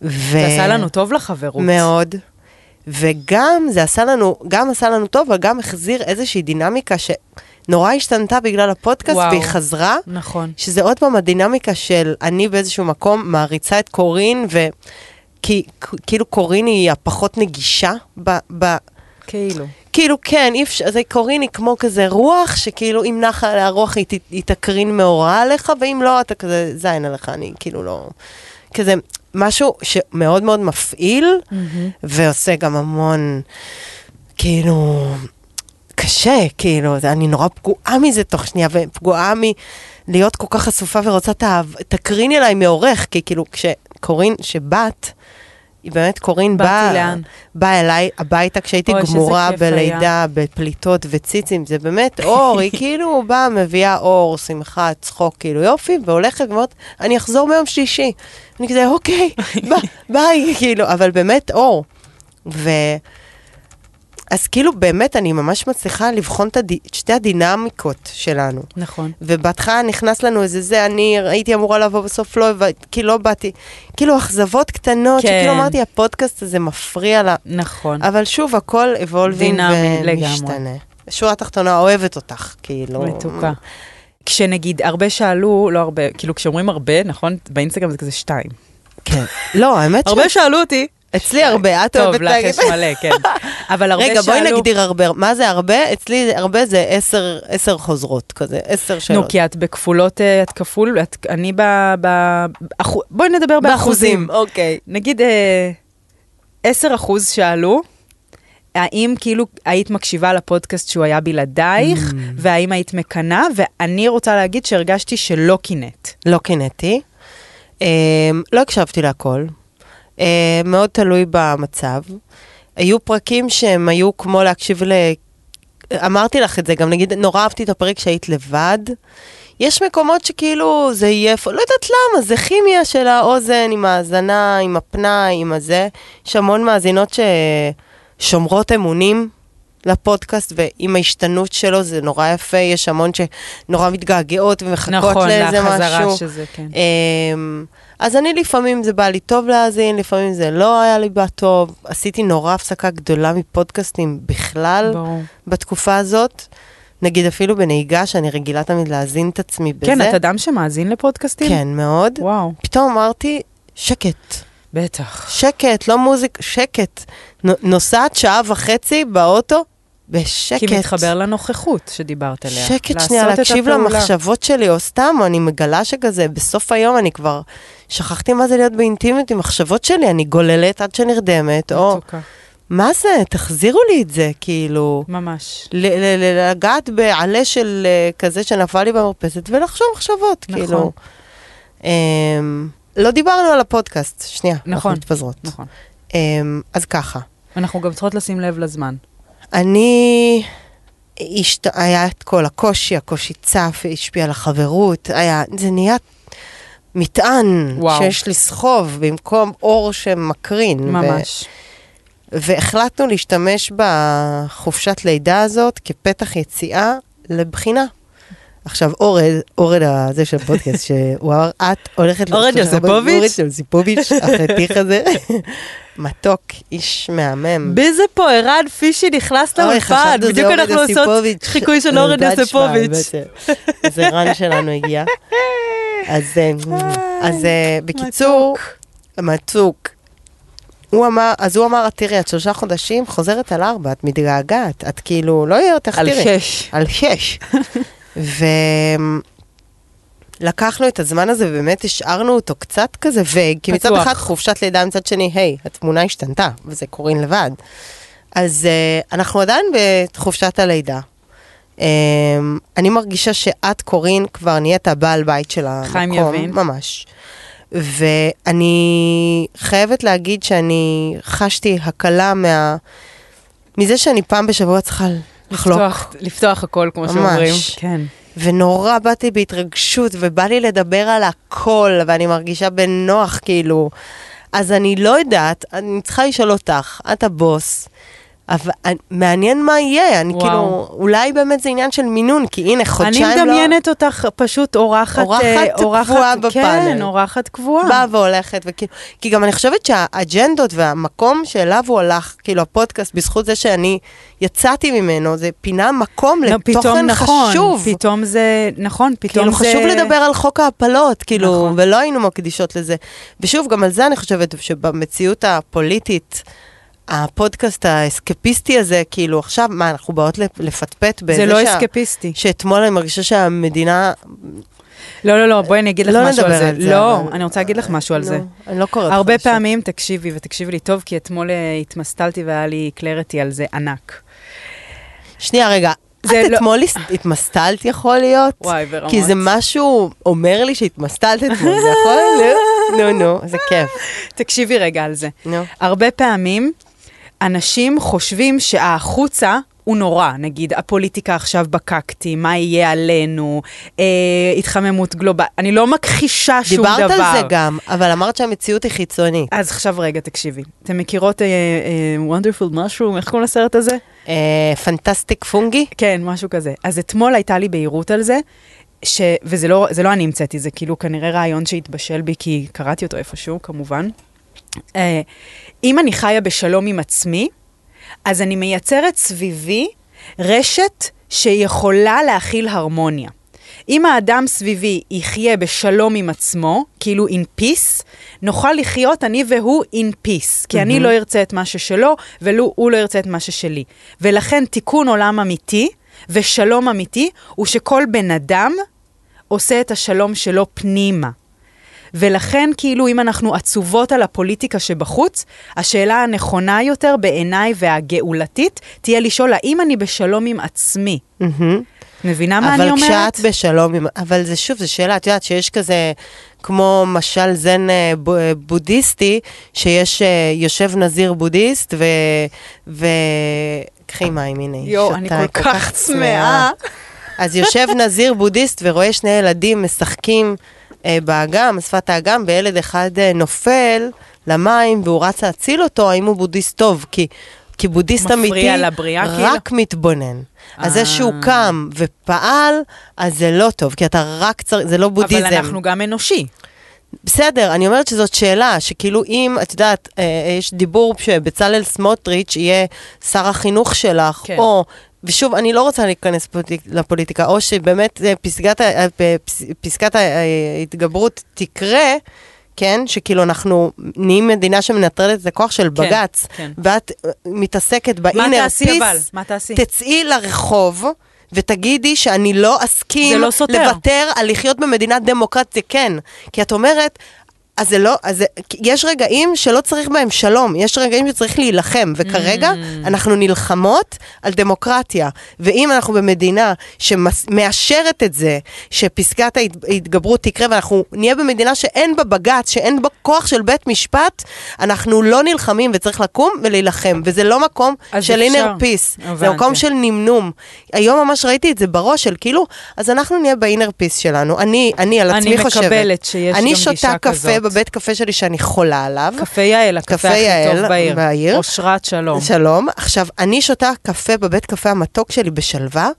Speaker 3: ו...
Speaker 2: זה עשה לנו טוב לחברות.
Speaker 3: מאוד. וגם זה עשה לנו, גם עשה לנו טוב, אבל גם החזיר איזושהי דינמיקה שנורא השתנתה בגלל הפודקאסט,
Speaker 2: וואו.
Speaker 3: והיא חזרה.
Speaker 2: נכון.
Speaker 3: שזה עוד פעם הדינמיקה של אני באיזשהו מקום מעריצה את קורין, וכאילו כאילו קורין היא הפחות נגישה ב... ב
Speaker 2: כאילו.
Speaker 3: כאילו כן, אי אפשר, זה קורין היא כמו כזה רוח, שכאילו אם נחה עליה רוח היא, ת- היא תקרין מאורע עליך, ואם לא, אתה כזה זין עליך, אני כאילו לא... כזה משהו שמאוד מאוד מפעיל, ועושה גם המון, כאילו, קשה, כאילו, זה- אני נורא פגועה מזה תוך שנייה, ופגועה מלהיות כל כך חשופה ורוצה את האהב- תקריני אליי מעורך, כי כאילו, כשקורין, שבת, היא באמת קורין
Speaker 2: באתי
Speaker 3: באה
Speaker 2: לאן?
Speaker 3: בא אליי הביתה כשהייתי
Speaker 2: אוי, שזה
Speaker 3: גמורה
Speaker 2: כיף
Speaker 3: בלידה, בפליטות וציצים, זה באמת אור, היא כאילו באה, מביאה אור, שמחה, צחוק, כאילו יופי, והולכת ואומרת, אני אחזור ביום שלישי. אני כזה, אוקיי, ב- ביי, כאילו, אבל באמת אור. ו... אז כאילו באמת אני ממש מצליחה לבחון את הד... שתי הדינמיקות שלנו.
Speaker 2: נכון.
Speaker 3: ובהתחלה נכנס לנו איזה זה, אני הייתי אמורה לבוא בסוף, לא הבנתי, כי לא באתי. כאילו אכזבות קטנות,
Speaker 2: כן.
Speaker 3: כן. שכאילו אמרתי, הפודקאסט הזה מפריע לה.
Speaker 2: נכון.
Speaker 3: אבל שוב, הכל אבולווינג
Speaker 2: דינמי
Speaker 3: ומשתנה. שורה תחתונה אוהבת אותך, כאילו.
Speaker 2: מתוקה. כשנגיד, הרבה שאלו, לא הרבה, כאילו כשאומרים הרבה, נכון? באינסטגרם זה כזה שתיים.
Speaker 3: כן. לא, האמת
Speaker 2: הרבה שאלו אותי.
Speaker 3: שאצלי הרבה, את
Speaker 2: טוב,
Speaker 3: אוהבת
Speaker 2: לך יש מלא, כן. אבל הרבה שאלו...
Speaker 3: רגע, בואי נגדיר הרבה. מה זה הרבה? אצלי זה- הרבה זה עשר, עשר חוזרות כזה, עשר שאלות.
Speaker 2: נו, כי את בכפולות, אה, את כפול, את, אני ב... ב אחו, בואי נדבר באחוזים.
Speaker 3: אוקיי.
Speaker 2: נגיד אה, 10 אחוז שאלו, האם כאילו היית מקשיבה לפודקאסט שהוא היה בלעדייך, והאם היית מקנאה, ואני רוצה להגיד שהרגשתי שלא קינאת.
Speaker 3: לא קינאתי. אמ, לא הקשבתי להכל. אמ, מאוד תלוי במצב. היו פרקים שהם היו כמו להקשיב ל... אמרתי לך את זה, גם נגיד, נורא אהבתי את הפרק שהיית לבד. יש מקומות שכאילו זה יהיה, איפה- לא יודעת למה, זה כימיה של האוזן עם ההאזנה, עם הפנאי, עם הזה. יש המון מאזינות ששומרות אמונים לפודקאסט, ועם ההשתנות שלו זה נורא יפה, יש המון שנורא מתגעגעות ומחכות
Speaker 2: נכון,
Speaker 3: לאיזה משהו.
Speaker 2: לחזרה שזה, כן.
Speaker 3: אמ, אז אני לפעמים זה בא לי טוב להאזין, לפעמים זה לא היה לי בא טוב. עשיתי נורא הפסקה גדולה מפודקאסטים בכלל
Speaker 2: ברור.
Speaker 3: בתקופה הזאת. נגיד אפילו בנהיגה, שאני רגילה תמיד להאזין את עצמי בזה.
Speaker 2: כן, את אדם שמאזין לפודקאסטים?
Speaker 3: כן, מאוד.
Speaker 2: וואו,
Speaker 3: פתאום אמרתי, שקט.
Speaker 2: בטח.
Speaker 3: שקט, לא מוזיק, שקט. נו- נוסעת שעה וחצי באוטו, בשקט.
Speaker 2: כי מתחבר לנוכחות שדיברת עליה.
Speaker 3: שקט
Speaker 2: לעשות
Speaker 3: שנייה,
Speaker 2: את
Speaker 3: להקשיב
Speaker 2: הפעולה.
Speaker 3: למחשבות שלי, או סתם, אני מגלה שכזה, בסוף היום אני כבר שכחתי מה זה להיות באינטימיות עם מחשבות שלי, אני גוללת עד שנרדמת, או
Speaker 2: מתוקה,
Speaker 3: מה זה, תחזירו לי את זה, כאילו.
Speaker 2: ממש.
Speaker 3: ל- ל- ל- לגעת בעלה של אה, כזה שנפל לי במרפסת ולחשוב מחשבות,
Speaker 2: נכון.
Speaker 3: כאילו. אמ, לא דיברנו על הפודקאסט, שנייה, אנחנו
Speaker 2: נכון.
Speaker 3: מתפזרות.
Speaker 2: נכון.
Speaker 3: אמ, אז ככה,
Speaker 2: אנחנו גם צריכות לשים לב לזמן.
Speaker 3: אני, השת... היה את כל הקושי, הקושי צף, השפיע על החברות, היה, זה נהיה מטען
Speaker 2: וואו.
Speaker 3: שיש לסחוב במקום אור שמקרין. ו- Mm.
Speaker 2: ממש.
Speaker 3: והחלטנו להשתמש בחופשת לידה הזאת כפתח יציאה לבחינה. עכשיו, אורד, אורד הזה של הפודקאסט, שהוא אמר, את הולכת...
Speaker 2: אורד
Speaker 3: לעשות שם-
Speaker 2: יוסיפוביץ'?
Speaker 3: אורד יוסיפוביץ', החתיך הזה. מתוק, איש מהמם.
Speaker 2: ביזה פה, ערן פישי נכנס
Speaker 3: אוי,
Speaker 2: לאולפן,
Speaker 3: חשבנו זה
Speaker 2: לא בדיוק
Speaker 3: אורן
Speaker 2: אנחנו עושות
Speaker 3: יוסיפוביץ'.
Speaker 2: חיקוי של אורן
Speaker 3: אבל בת
Speaker 2: יוסיפוביץ'.
Speaker 3: שמע, בטח. אז ערן אה, שלנו הגיע. אז, אה, אז אה, בקיצור, מתוק. הוא אמר, אז הוא אמר, "את תראי, את שלושה חודשים חוזרת על ארבע, את מתגעגעת, את כאילו, לא יהיה אותך,
Speaker 2: על
Speaker 3: תראי.
Speaker 2: שש.
Speaker 3: על שש. ולקחנו את הזמן הזה ובאמת השארנו אותו קצת כזה, וכי מצד
Speaker 2: פתוח.
Speaker 3: אחד חופשת לידה, מצד שני, היי, התמונה השתנתה, וזה קורין לבד. אז uh, אנחנו עדיין בחופשת הלידה. Um, אני מרגישה שאת, קורין, כבר נהיית הבעל בית של המקום.
Speaker 2: חיים יבין.
Speaker 3: ממש. ואני חייבת להגיד שאני חשתי הקלה מה... מזה שאני פעם בשבוע צריכה לחלוק.
Speaker 2: לפתוח- לפתוח הכל, כמו
Speaker 3: ממש.
Speaker 2: שאומרים. כן.
Speaker 3: ונורא באתי בהתרגשות, ובא לי לדבר על הכל, ואני מרגישה בנוח, כאילו. אז אני לא יודעת, אני צריכה לשאול אותך, את הבוס, אבל אני- מעניין מה יהיה, אני
Speaker 2: וואו.
Speaker 3: כאילו, אולי באמת זה עניין של מינון, כי הנה,
Speaker 2: אני
Speaker 3: חודשיים לא...
Speaker 2: מדמיינת אותך פשוט אורחת...
Speaker 3: אורחת
Speaker 2: אה, אורחת-
Speaker 3: קבועה
Speaker 2: כן,
Speaker 3: בפאנל.
Speaker 2: אורחת קבועה.
Speaker 3: באה והולכת, וכאילו, כי גם אני חושבת שהאג'נדות והמקום שאליו הוא הלך, כאילו הפודקאסט, בזכות זה שאני יצאתי ממנו, זה פינה מקום
Speaker 2: לא,
Speaker 3: לתוכן
Speaker 2: פתאום נכון,
Speaker 3: חשוב.
Speaker 2: פתאום זה, נכון, פתאום זה...
Speaker 3: כאילו חשוב לדבר על חוק ההפלות, כאילו,
Speaker 2: נכון.
Speaker 3: נכון. ולא היינו מקדישות לזה. ושוב, גם על זה אני חושבת שבמציאות הפוליטית, הפודקאסט האסקפיסטי הזה, כאילו עכשיו, מה, אנחנו באות לפ- לפטפט בזה
Speaker 2: זה לא
Speaker 3: שה-
Speaker 2: אסקפיסטי.
Speaker 3: שאתמול אני מרגישה שהמדינה...
Speaker 2: לא, לא, לא, בואי אני אגיד לך
Speaker 3: לא
Speaker 2: משהו על
Speaker 3: נדבר
Speaker 2: זה.
Speaker 3: על זה,
Speaker 2: לא,
Speaker 3: אבל-
Speaker 2: אני רוצה להגיד לך משהו על זה.
Speaker 3: נו, אני לא קוראת לך
Speaker 2: הרבה
Speaker 3: לשם.
Speaker 2: פעמים, תקשיבי, ותקשיבי לי טוב, כי אתמול אה, התמסטלתי והיה לי קלריטי על זה ענק.
Speaker 3: שנייה, רגע. את
Speaker 2: זה לא-
Speaker 3: אתמול הס- התמסטלת יכול להיות?
Speaker 2: וואי, ברמות.
Speaker 3: כי זה משהו אומר לי שהתמסטלת אתמול, זה יכול להיות? נו, נו, זה כיף.
Speaker 2: תקשיבי רגע על זה.
Speaker 3: נו.
Speaker 2: הרבה פעמים אנשים חושבים שהחוצה... הוא נורא, נגיד, הפוליטיקה עכשיו בקקטי, מה יהיה עלינו, אה, התחממות גלובלית, אני לא מכחישה שום דבר.
Speaker 3: דיברת על זה גם, אבל אמרת שהמציאות היא חיצונית.
Speaker 2: אז עכשיו רגע, תקשיבי. אתם מכירות אה, אה, Wonderful Mushroom, איך קוראים לסרט הזה?
Speaker 3: אה, פנטסטיק פונגי?
Speaker 2: כן, משהו כזה. אז אתמול הייתה לי בהירות על זה, ש... וזה לא, זה לא אני המצאתי, זה כאילו כנראה רעיון שהתבשל בי, כי קראתי אותו איפשהו, כמובן. אה, אם אני חיה בשלום עם עצמי, אז אני מייצרת סביבי רשת שיכולה להכיל הרמוניה. אם האדם סביבי יחיה בשלום עם עצמו, כאילו in peace, נוכל לחיות אני והוא in peace, כי אני לא ארצה את מה ששלו, ולו הוא לא ירצה את מה ששלי. ולכן תיקון עולם אמיתי ושלום אמיתי הוא שכל בן אדם עושה את השלום שלו פנימה. ולכן, כאילו, אם אנחנו עצובות על הפוליטיקה שבחוץ, השאלה הנכונה יותר בעיניי והגאולתית תהיה לשאול האם אני בשלום עם עצמי.
Speaker 3: מהמם.
Speaker 2: מבינה מה אני
Speaker 3: אבל
Speaker 2: אומרת?
Speaker 3: כשאת בשלום עם... אבל זה שוב, זו שאלה, את יודעת שיש כזה, כמו משל זן אה, ב- אה, בודהיסטי, שיש, אה, יושב נזיר בודהיסט ו... ו... קחי מים, הנה, היא
Speaker 2: יואו,
Speaker 3: שתה,
Speaker 2: אני
Speaker 3: היא
Speaker 2: כל כך צמאה.
Speaker 3: אז יושב נזיר בודהיסט ורואה שני ילדים משחקים אה, באגם, שפת האגם, וילד אחד אה, נופל למים והוא רץ להציל אותו, האם הוא בודהיסט טוב? כי, כי בודהיסט
Speaker 2: מפריע
Speaker 3: אמיתי...
Speaker 2: לבריאה, כאילו?
Speaker 3: רק מתבונן. אז
Speaker 2: אה.
Speaker 3: זה שהוא קם ופעל, אז זה לא טוב, כי אתה רק צריך, זה לא בודהיזם.
Speaker 2: אבל אנחנו גם אנושי.
Speaker 3: בסדר, אני אומרת שזאת שאלה, שכאילו אם, את יודעת, אה, יש דיבור שבצלאל סמוטריץ' יהיה שר החינוך שלך,
Speaker 2: כן.
Speaker 3: כן. או, ושוב, אני לא רוצה להיכנס פוליטיק, לפוליטיקה, או שבאמת אה, פסגת, ה- אה, פס- פסקת ההתגברות תקרה, כן? שכאילו אנחנו נהיים מדינה שמנטרלת את הכוח של בג"ץ,
Speaker 2: כן.
Speaker 3: ואת אה, מתעסקת ב-inner peace.
Speaker 2: מה תעשי אבל? מה תעשי?
Speaker 3: תצאי לרחוב. ותגידי שאני לא
Speaker 2: זה
Speaker 3: אסכים
Speaker 2: לא סותר.
Speaker 3: לוותר על לחיות במדינה דמוקרטית, זה כן. כי את אומרת, אז זה לא, אז זה, כי יש רגעים שלא צריך בהם שלום, יש רגעים שצריך להילחם, וכרגע
Speaker 2: Mm.
Speaker 3: אנחנו נלחמות על דמוקרטיה. ואם אנחנו במדינה שמאשרת את זה, שפסקת ההת- ההתגברות תקרה, ואנחנו נהיה במדינה שאין בה בג"ץ, שאין בה כוח של בית משפט, אנחנו לא נלחמים וצריך לקום ולהילחם, וזה לא מקום
Speaker 2: אז
Speaker 3: של
Speaker 2: אפשר.
Speaker 3: inner peace,
Speaker 2: הבנתי.
Speaker 3: זה מקום של נמנום. היום ממש ראיתי את זה בראש של כאילו, אז אנחנו נהיה ב-inner peace שלנו. אני, אני על
Speaker 2: אני
Speaker 3: עצמי חושבת.
Speaker 2: מקבלת שיש גם
Speaker 3: אני
Speaker 2: גישה
Speaker 3: שותה
Speaker 2: כזאת.
Speaker 3: קפה בבית קפה שלי שאני חולה עליו.
Speaker 2: קפה יעל, הקפה
Speaker 3: לא. קפה
Speaker 2: הכי
Speaker 3: יעל
Speaker 2: טוב בעיר.
Speaker 3: בעיר.
Speaker 2: אושרת שלום.
Speaker 3: שלום. עכשיו, אני שותה קפה בבית קפה המתוק שלי בשלווה,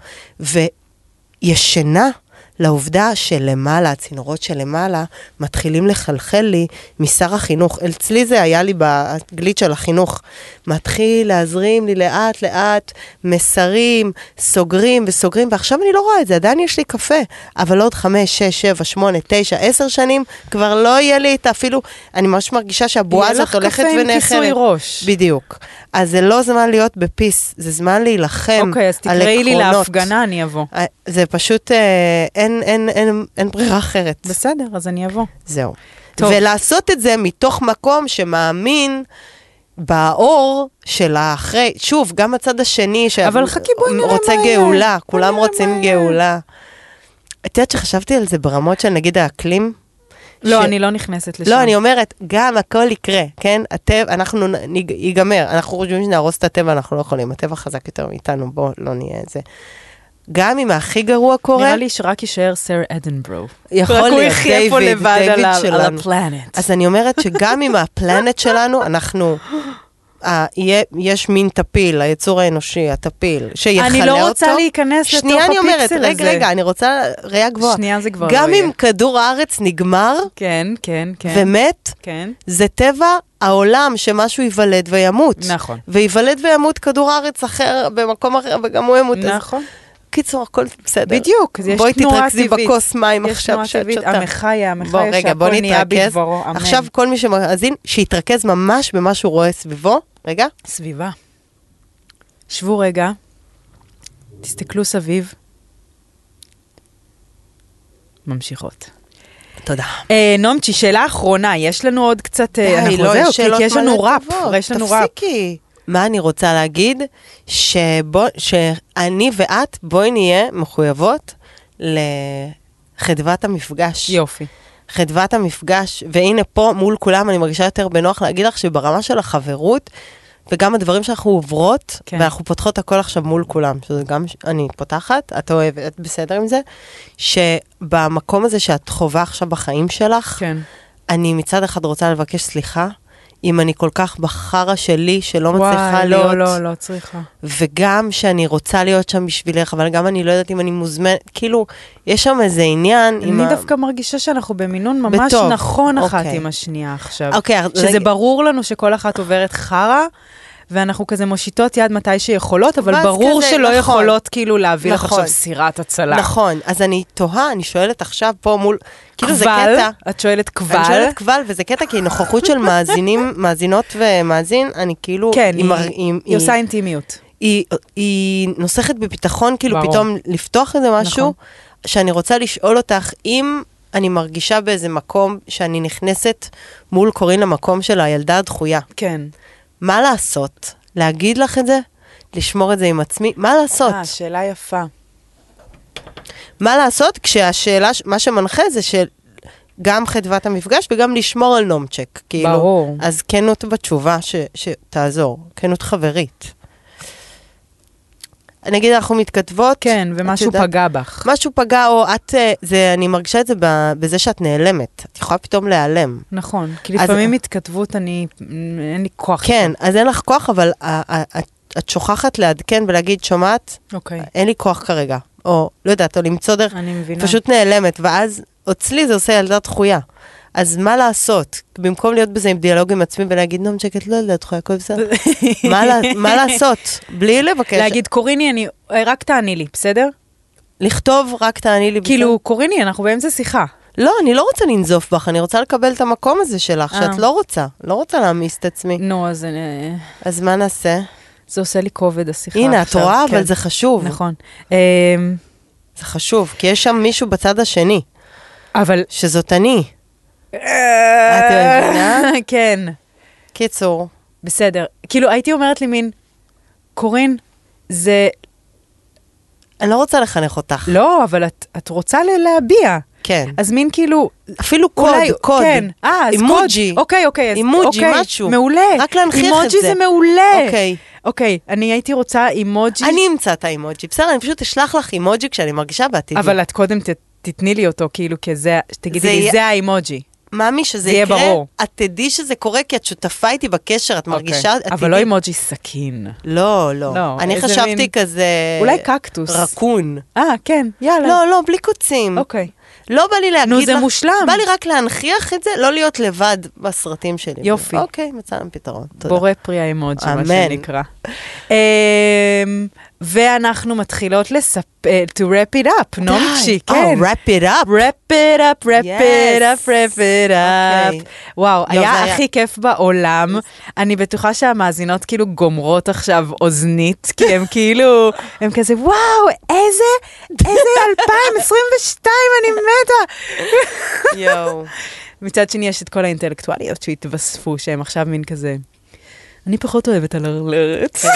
Speaker 3: וישנה לעובדה שלמעלה, הצינורות שלמעלה, מתחילים לחלחל לי משר החינוך. אצלי זה היה לי באנגלית של החינוך. מתחיל להזרים לי לאט-לאט מסרים, סוגרים וסוגרים, ועכשיו אני לא רואה את זה, עדיין יש לי קפה. אבל עוד חמש, שש, שבע, שמונה, תשע, עשר שנים, כבר לא יהיה לי את האפילו, אני ממש מרגישה שהבועה הזאת הולכת
Speaker 2: יהיה לך קפה עם
Speaker 3: ונחלת.
Speaker 2: כיסוי ראש.
Speaker 3: בדיוק. אז זה לא זמן להיות בפיס, זה זמן להילחם על עקרונות.
Speaker 2: אוקיי, אז תקראי לי להפגנה, אני אבוא.
Speaker 3: אה, זה פשוט, אה, אין, אין, אין, אין ברירה אחרת.
Speaker 2: בסדר, אז אני אבוא.
Speaker 3: זהו.
Speaker 2: טוב.
Speaker 3: טוב. ולעשות את זה מתוך מקום שמאמין באור של האחרי, שוב, גם הצד השני,
Speaker 2: אבל חכי, בואי נראה
Speaker 3: רוצה
Speaker 2: מה יהיה.
Speaker 3: גאולה,
Speaker 2: בואי
Speaker 3: כולם
Speaker 2: נראה
Speaker 3: רוצים
Speaker 2: מה יהיה.
Speaker 3: גאולה. את יודעת שחשבתי על זה ברמות של נגיד האקלים?
Speaker 2: לא,
Speaker 3: ש-
Speaker 2: אני לא נכנסת לשם.
Speaker 3: לא, אני אומרת, גם הכל יקרה, כן? הטבע, אנחנו נ- ניג- ייגמר, אנחנו חושבים שנהרוס את הטבע, אנחנו לא יכולים, הטבע חזק יותר מאיתנו, בואו לא נהיה את זה. גם אם הכי גרוע קורה,
Speaker 2: נראה לי שרק יישאר סר אדנברו.
Speaker 3: יכול
Speaker 2: רק הוא
Speaker 3: להיות,
Speaker 2: יחיה פה
Speaker 3: דיוויד,
Speaker 2: לבד
Speaker 3: דיוויד
Speaker 2: על ה- על
Speaker 3: שלנו.
Speaker 2: הפלנט.
Speaker 3: אז אני אומרת שגם עם הפלנט שלנו, אנחנו... אה, יהיה- יש מין טפיל, היצור האנושי, הטפיל, שיכלה אותו.
Speaker 2: אני לא רוצה להיכנס לתוך
Speaker 3: שנייה אני אומרת,
Speaker 2: הפיקסל
Speaker 3: רגע,
Speaker 2: הזה.
Speaker 3: רגע, אני רוצה ראייה גבוהה.
Speaker 2: שנייה זה כבר
Speaker 3: גם
Speaker 2: לא
Speaker 3: אם
Speaker 2: יהיה.
Speaker 3: כדור הארץ נגמר
Speaker 2: כן, כן, כן.
Speaker 3: ומת,
Speaker 2: כן.
Speaker 3: זה טבע העולם שמשהו ייוולד וימות.
Speaker 2: נכון.
Speaker 3: וייוולד וימות כדור הארץ אחר במקום אחר, וגם הוא ימות. אז
Speaker 2: נכון.
Speaker 3: קיצור, הכל בסדר.
Speaker 2: בדיוק, אז יש
Speaker 3: בואי
Speaker 2: תנועה
Speaker 3: תתרכזי
Speaker 2: טבעית.
Speaker 3: בכוס מים
Speaker 2: יש
Speaker 3: עכשיו
Speaker 2: תנועה
Speaker 3: שאת
Speaker 2: טבעית,
Speaker 3: שותה.
Speaker 2: המחיה, המחיה
Speaker 3: בוא, רגע,
Speaker 2: שהכל
Speaker 3: בוא
Speaker 2: נהיה
Speaker 3: נתרכז.
Speaker 2: בדברו, אמן.
Speaker 3: עכשיו כל מי שמאזין, שיתרכז ממש במה שהוא רואה סביבו. רגע,
Speaker 2: סביבה. שבו רגע, תסתכלו סביב. ממשיכות.
Speaker 3: תודה.
Speaker 2: אה, נומצ'י, שאלה אחרונה, יש לנו עוד קצת... אה, אנחנו-
Speaker 3: לא,
Speaker 2: זהו,
Speaker 3: יש שאלות
Speaker 2: כי יש לנו
Speaker 3: מלא
Speaker 2: ראפ,
Speaker 3: טובות,
Speaker 2: יש לנו ראפ.
Speaker 3: תפסיקי. מה אני רוצה להגיד? שבוא, שאני ואת, בואי נהיה מחויבות לחדוות המפגש.
Speaker 2: יופי.
Speaker 3: חדוות המפגש, והנה פה מול כולם אני מרגישה יותר בנוח להגיד לך שברמה של החברות, וגם הדברים שאנחנו עוברות,
Speaker 2: כן.
Speaker 3: כן. ואנחנו פותחות הכל עכשיו מול כולם, שזה גם, ש- אני פותחת, את אוהבת, את בסדר עם זה, שבמקום הזה שאת חווה עכשיו בחיים שלך,
Speaker 2: כן.
Speaker 3: אני מצד אחד רוצה לבקש סליחה, אם אני כל כך בחרא שלי, שלא מצליחה
Speaker 2: וואי,
Speaker 3: להיות...
Speaker 2: לא, לא, לא צריכה.
Speaker 3: וגם שאני רוצה להיות שם בשבילך, אבל גם אני לא יודעת אם אני מוזמנת, כאילו, יש שם איזה עניין עם
Speaker 2: אני דווקא מרגישה שאנחנו במינון ממש
Speaker 3: בטוב,
Speaker 2: נכון אחת
Speaker 3: אוקיי.
Speaker 2: עם השנייה עכשיו.
Speaker 3: אוקיי, אז
Speaker 2: שזה
Speaker 3: רגע-
Speaker 2: ברור לנו שכל אחת עוברת חרא, ואנחנו כזה מושיטות יד מתי שיכולות, אבל
Speaker 3: ואז
Speaker 2: ברור
Speaker 3: כזה,
Speaker 2: שלא
Speaker 3: נכון.
Speaker 2: יכולות כאילו להביא לך
Speaker 3: נכון.
Speaker 2: עכשיו סירת הצלה.
Speaker 3: נכון, אז אני תוהה, אני שואלת עכשיו פה מול, כאילו זה
Speaker 2: קבל?
Speaker 3: קטע.
Speaker 2: את שואלת
Speaker 3: אני
Speaker 2: קבל?
Speaker 3: שואלת קבל, וזה קטע, כי נוכחות של מאזינים, מאזינות ומאזין, אני כאילו...
Speaker 2: כן,
Speaker 3: היא, מר-
Speaker 2: היא- היא עושה אינטימיות.
Speaker 3: היא, היא נוסכת בביטחון, כאילו
Speaker 2: ברור.
Speaker 3: פתאום לפתוח איזה משהו,
Speaker 2: נכון.
Speaker 3: נכון. שאני רוצה לשאול אותך אם אני מרגישה באיזה מקום שאני נכנסת מול קורין למקום של הילדה הדחויה.
Speaker 2: כן.
Speaker 3: מה לעשות? להגיד לך את זה? לשמור את זה עם עצמי? מה לעשות?
Speaker 2: אה, שאלה יפה.
Speaker 3: מה לעשות כשהשאלה, ש- מה שמנחה זה שגם חדוות המפגש וגם לשמור על נומצ'ק. כאילו,
Speaker 2: ברור.
Speaker 3: אז כנות בתשובה ש, שתעזור, כנות חברית. נגיד אנחנו מתכתבות.
Speaker 2: כן,
Speaker 3: את
Speaker 2: ומשהו
Speaker 3: יודעת-
Speaker 2: פגע בך.
Speaker 3: משהו פגע, או את, אה, זה, אני מרגישה את זה ב- בזה שאת נעלמת. את יכולה פתאום להיעלם.
Speaker 2: נכון, כי
Speaker 3: אז-
Speaker 2: לפעמים התכתבות, אני, אין לי כוח.
Speaker 3: כן, אז אין לך כוח, אבל אה, אה, את, את שוכחת לעדכן ולהגיד, שומעת?
Speaker 2: אוקיי,
Speaker 3: אין לי כוח כרגע. או, לא יודעת, או למצוא דרך
Speaker 2: אני מבינה.
Speaker 3: פשוט נעלמת, ואז אצלי זה עושה ילדה דחויה. אז מה לעשות? במקום להיות בזה עם דיאלוג עם עצמי ולהגיד, נועם שקט, לא ילדה דחויה, הכל בסדר. מה לה- מה לעשות? בלי לבקש.
Speaker 2: להגיד, קוריני, אני, אה, רק תעני לי, בסדר?
Speaker 3: נכון. לכתוב, רק תעני לי.
Speaker 2: כאילו, קוריני, אנחנו באמצע שיחה.
Speaker 3: בסדר." לא, אני לא רוצה לנזוף בך, אני רוצה לקבל את המקום הזה שלך,
Speaker 2: אה.
Speaker 3: שאת לא רוצה. לא רוצה להעמיס את עצמי.
Speaker 2: נו, אז אה,
Speaker 3: אז מה נעשה?
Speaker 2: זה עושה לי כובד, השיחה
Speaker 3: הנה, את
Speaker 2: נכון, עכשיו.
Speaker 3: רואה,
Speaker 2: כן.
Speaker 3: אבל זה חשוב.
Speaker 2: נכון. אמ,
Speaker 3: זה חשוב, כי יש שם מישהו בצד השני,
Speaker 2: אבל...
Speaker 3: שזאת אני.
Speaker 2: את
Speaker 3: אה, מבינה?
Speaker 2: כן,
Speaker 3: קיצור,
Speaker 2: בסדר. כאילו, הייתי אומרת לי מין, קורין, זה...
Speaker 3: אני לא רוצה לחנך אותך.
Speaker 2: לא, אבל את, את רוצה ל- להביע.
Speaker 3: כן.
Speaker 2: אז מין כאילו...
Speaker 3: אפילו קוד,
Speaker 2: אולי-
Speaker 3: קוד.
Speaker 2: כן, אה, אז קוד.
Speaker 3: אימוג'י.
Speaker 2: אוקיי, אוקיי. אז-
Speaker 3: אימוג'י,
Speaker 2: אוקיי,
Speaker 3: משהו.
Speaker 2: מעולה.
Speaker 3: רק להנכיח את
Speaker 2: אימוג'י
Speaker 3: זה.
Speaker 2: זה מעולה.
Speaker 3: אוקיי.
Speaker 2: אוקיי, אני הייתי רוצה אימוג'י,
Speaker 3: אני אמצא את האימוג'י, בסדר, אני פשוט אשלח לך אימוג'י כשאני מרגישה בעתיד.
Speaker 2: אבל את קודם ת, תתני לי אותו, כאילו, כזה, תגידי
Speaker 3: זה
Speaker 2: לי,
Speaker 3: יהיה-
Speaker 2: זה האימוג'י.
Speaker 3: מאמי, שזה
Speaker 2: זה יהיה
Speaker 3: יקרה,
Speaker 2: ברור.
Speaker 3: את תדעי שזה קורה כי את שותפה איתי בקשר, את מרגישה... את
Speaker 2: אוקיי. אבל
Speaker 3: איתי.
Speaker 2: לא אימוג'י סכין.
Speaker 3: לא, לא.
Speaker 2: לא,
Speaker 3: אני
Speaker 2: איזה
Speaker 3: חשבתי
Speaker 2: מין-
Speaker 3: כזה...
Speaker 2: אולי קקטוס.
Speaker 3: רקון.
Speaker 2: אה, כן, יאללה.
Speaker 3: לא, לא, בלי קוצים.
Speaker 2: אוקיי.
Speaker 3: לא בא לי להגיד
Speaker 2: נו, זה
Speaker 3: לך-
Speaker 2: מושלם.
Speaker 3: בא לי רק להנכיח את זה, לא להיות לבד בסרטים שלי.
Speaker 2: יופי.
Speaker 3: אוקיי, מצאנו פתרון. תודה.
Speaker 2: בורא פרי האימוג'י, מה
Speaker 3: אמן.
Speaker 2: שנקרא. אמ, ואנחנו מתחילות לספר, to wrap it up, נומצ'י,
Speaker 3: די.
Speaker 2: כן.
Speaker 3: Oh, wrap it up.
Speaker 2: wrap it up, wrap it
Speaker 3: Yes.
Speaker 2: up, wrap it
Speaker 3: אוקיי.
Speaker 2: up. וואו,
Speaker 3: לא,
Speaker 2: היה
Speaker 3: זה היה-
Speaker 2: הכי כיף בעולם. אני בטוחה שהמאזינות כאילו גומרות עכשיו אוזנית, כי הם כאילו, הם כזה, וואו, איזה, איזה 2022, אני מתה.
Speaker 3: יואו.
Speaker 2: מצד שני, יש את כל האינטלקטואליות שהתווספו, שהם עכשיו מין כזה... אני פחות אוהבת הלרלרת.
Speaker 3: כן.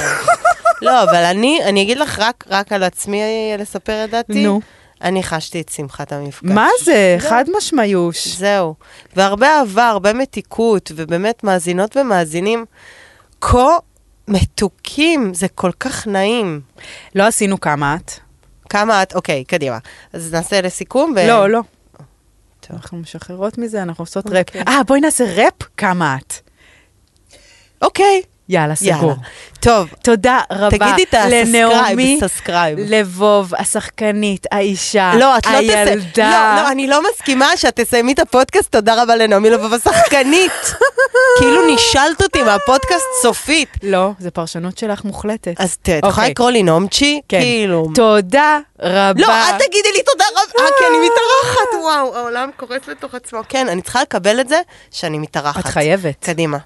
Speaker 3: לא, אבל אני, אני אגיד לך רק, רק על עצמי אה, לספר את דעתי.
Speaker 2: נו.
Speaker 3: אני חשתי את שמחת המפגש.
Speaker 2: מה זה?
Speaker 3: לא.
Speaker 2: חד משמעיוש.
Speaker 3: זהו. והרבה אהבה, הרבה מתיקות, ובאמת מאזינות ומאזינים כה מתוקים, זה כל כך נעים.
Speaker 2: לא עשינו כמה את.
Speaker 3: כמה את, אוקיי, קדימה. אז נעשה לסיכום. ו...
Speaker 2: לא, לא.
Speaker 3: טוב.
Speaker 2: אנחנו משחררות מזה, אנחנו עושות ראפ. אה, בואי נעשה ראפ כמה את.
Speaker 3: אוקיי,
Speaker 2: יאללה, סגור.
Speaker 3: יאללה. טוב,
Speaker 2: תודה רבה
Speaker 3: תגידי את
Speaker 2: לנעמי
Speaker 3: הסאסקרייב, סאסקרייב.
Speaker 2: לבוב, השחקנית, האישה,
Speaker 3: לא, את לא תסיימי.
Speaker 2: הילדה.
Speaker 3: לא, לא, אני לא מסכימה שאת תסיימי את הפודקאסט, תודה רבה לנעמי לבוב השחקנית. כאילו נישלת אותי מהפודקאסט סופית.
Speaker 2: לא, זה פרשנות שלך מוחלטת.
Speaker 3: אז ת- את יכולה
Speaker 2: אוקיי.
Speaker 3: לקרוא לי נעמצ'י?
Speaker 2: כן.
Speaker 3: כאילו...
Speaker 2: תודה רבה.
Speaker 3: לא, אל תגידי לי תודה רבה, אה, כי אני מתארחת, וואו, העולם קורס לתוך עצמו. כן, אני צריכה לקבל את זה שאני מתארחת.
Speaker 2: את חייבת.
Speaker 3: קדימה.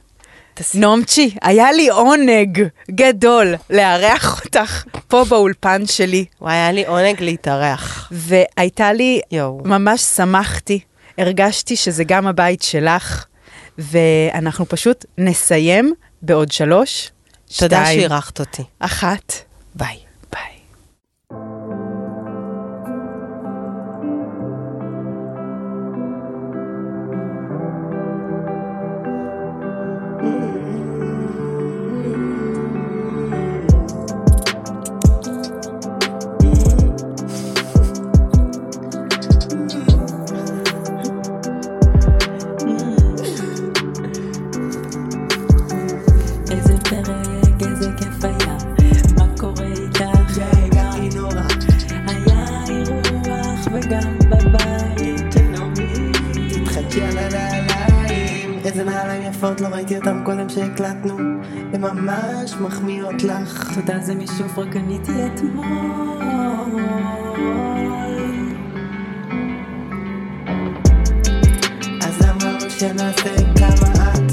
Speaker 2: נעמצ'י, היה לי עונג גדול לארח אותך פה באולפן שלי,
Speaker 3: וואי, היה לי עונג להתארח.
Speaker 2: והייתה לי,
Speaker 3: יואו.
Speaker 2: ממש שמחתי, הרגשתי שזה גם הבית שלך, ואנחנו פשוט נסיים בעוד שלוש,
Speaker 3: תודה
Speaker 2: שתיים,
Speaker 3: שאירחת אותי.
Speaker 2: אחת,
Speaker 3: ביי.
Speaker 2: ביי.
Speaker 5: איזה פרק, איזה כיף היה, מה קורה איתך? הרגעתי נורא. היה אירוח וגם בבית, נעמי.
Speaker 3: חדשי על הנעליים, איזה נעליים יפות, לא ראיתי אותם קודם שהקלטנו, הן ממש מחמיאות לך.
Speaker 5: תודה זה משוב רק קניתי אתמול.
Speaker 3: אז אמרנו שנעשה כמה את,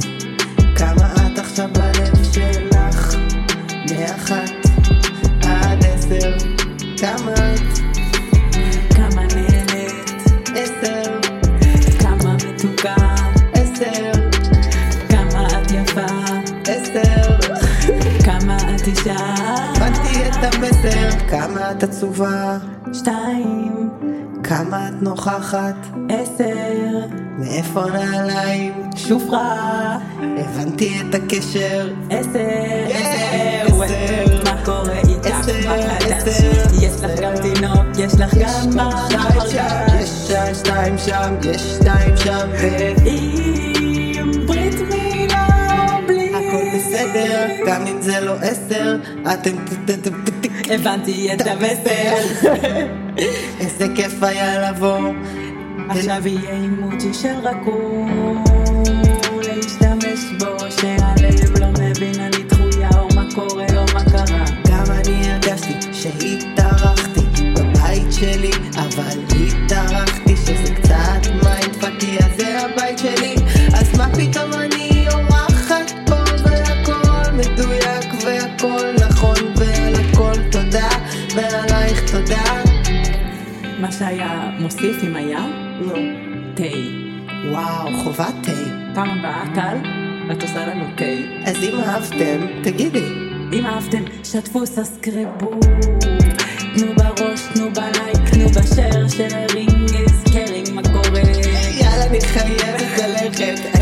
Speaker 3: כמה את עכשיו בלב שלך, מאחת עד עשר, כמה את,
Speaker 5: כמה נהנית,
Speaker 3: עשר,
Speaker 5: כמה מתוקה,
Speaker 3: עשר,
Speaker 5: כמה את יפה,
Speaker 3: עשר,
Speaker 5: כמה את אישה.
Speaker 3: הבנתי את המסר, כמה את עצובה,
Speaker 5: שתיים,
Speaker 3: כמה את נוכחת,
Speaker 5: עשר,
Speaker 3: מאיפה נעליים,
Speaker 5: שופרה,
Speaker 3: הבנתי את הקשר,
Speaker 5: עשר,
Speaker 3: כן,
Speaker 5: עשר,
Speaker 3: עשר.
Speaker 5: מה קורה איתך?
Speaker 3: עשר,
Speaker 5: מה חדש?
Speaker 3: עשר,
Speaker 5: יש לך גם תינוק, יש לך גם מה
Speaker 3: יש שתיים, שתיים שם, יש שתיים שם, ו-
Speaker 5: עם ברית מילה בלי
Speaker 3: הכל בסדר, גם אם זה לא עשר, אתם ת- ת- ת- ת- ת-
Speaker 5: הבנתי את המסר
Speaker 3: איזה כיף היה לבוא.
Speaker 5: עכשיו יהיה אימוג'י של רקום להשתמש בו שהלב לא מבין אני דחויה או מה קורה או מה קרה
Speaker 3: גם אני הרגשתי שהתארחתי בבית שלי, אבל התארחתי שזה קצת מיינדפאק, כי אז זה הבית שלי. אז מה פתאום אני אורחת פה והכל מדויק והכל נכון ועל הכל תודה ועלייך תודה.
Speaker 5: מה שהיה מוסיף אם היה
Speaker 3: נו,
Speaker 5: תה
Speaker 3: וואו, חובת תה.
Speaker 5: פעם הבאה טל את עושה לנו תה
Speaker 3: אז אם אהבתם, תגידי.
Speaker 5: אם אהבתם שתפו סאסקרבו תנו בראש תנו בלייק תנו בשייר שיירינג איז קרינג מה קורה
Speaker 3: יאללה, אני חייבת ללכת.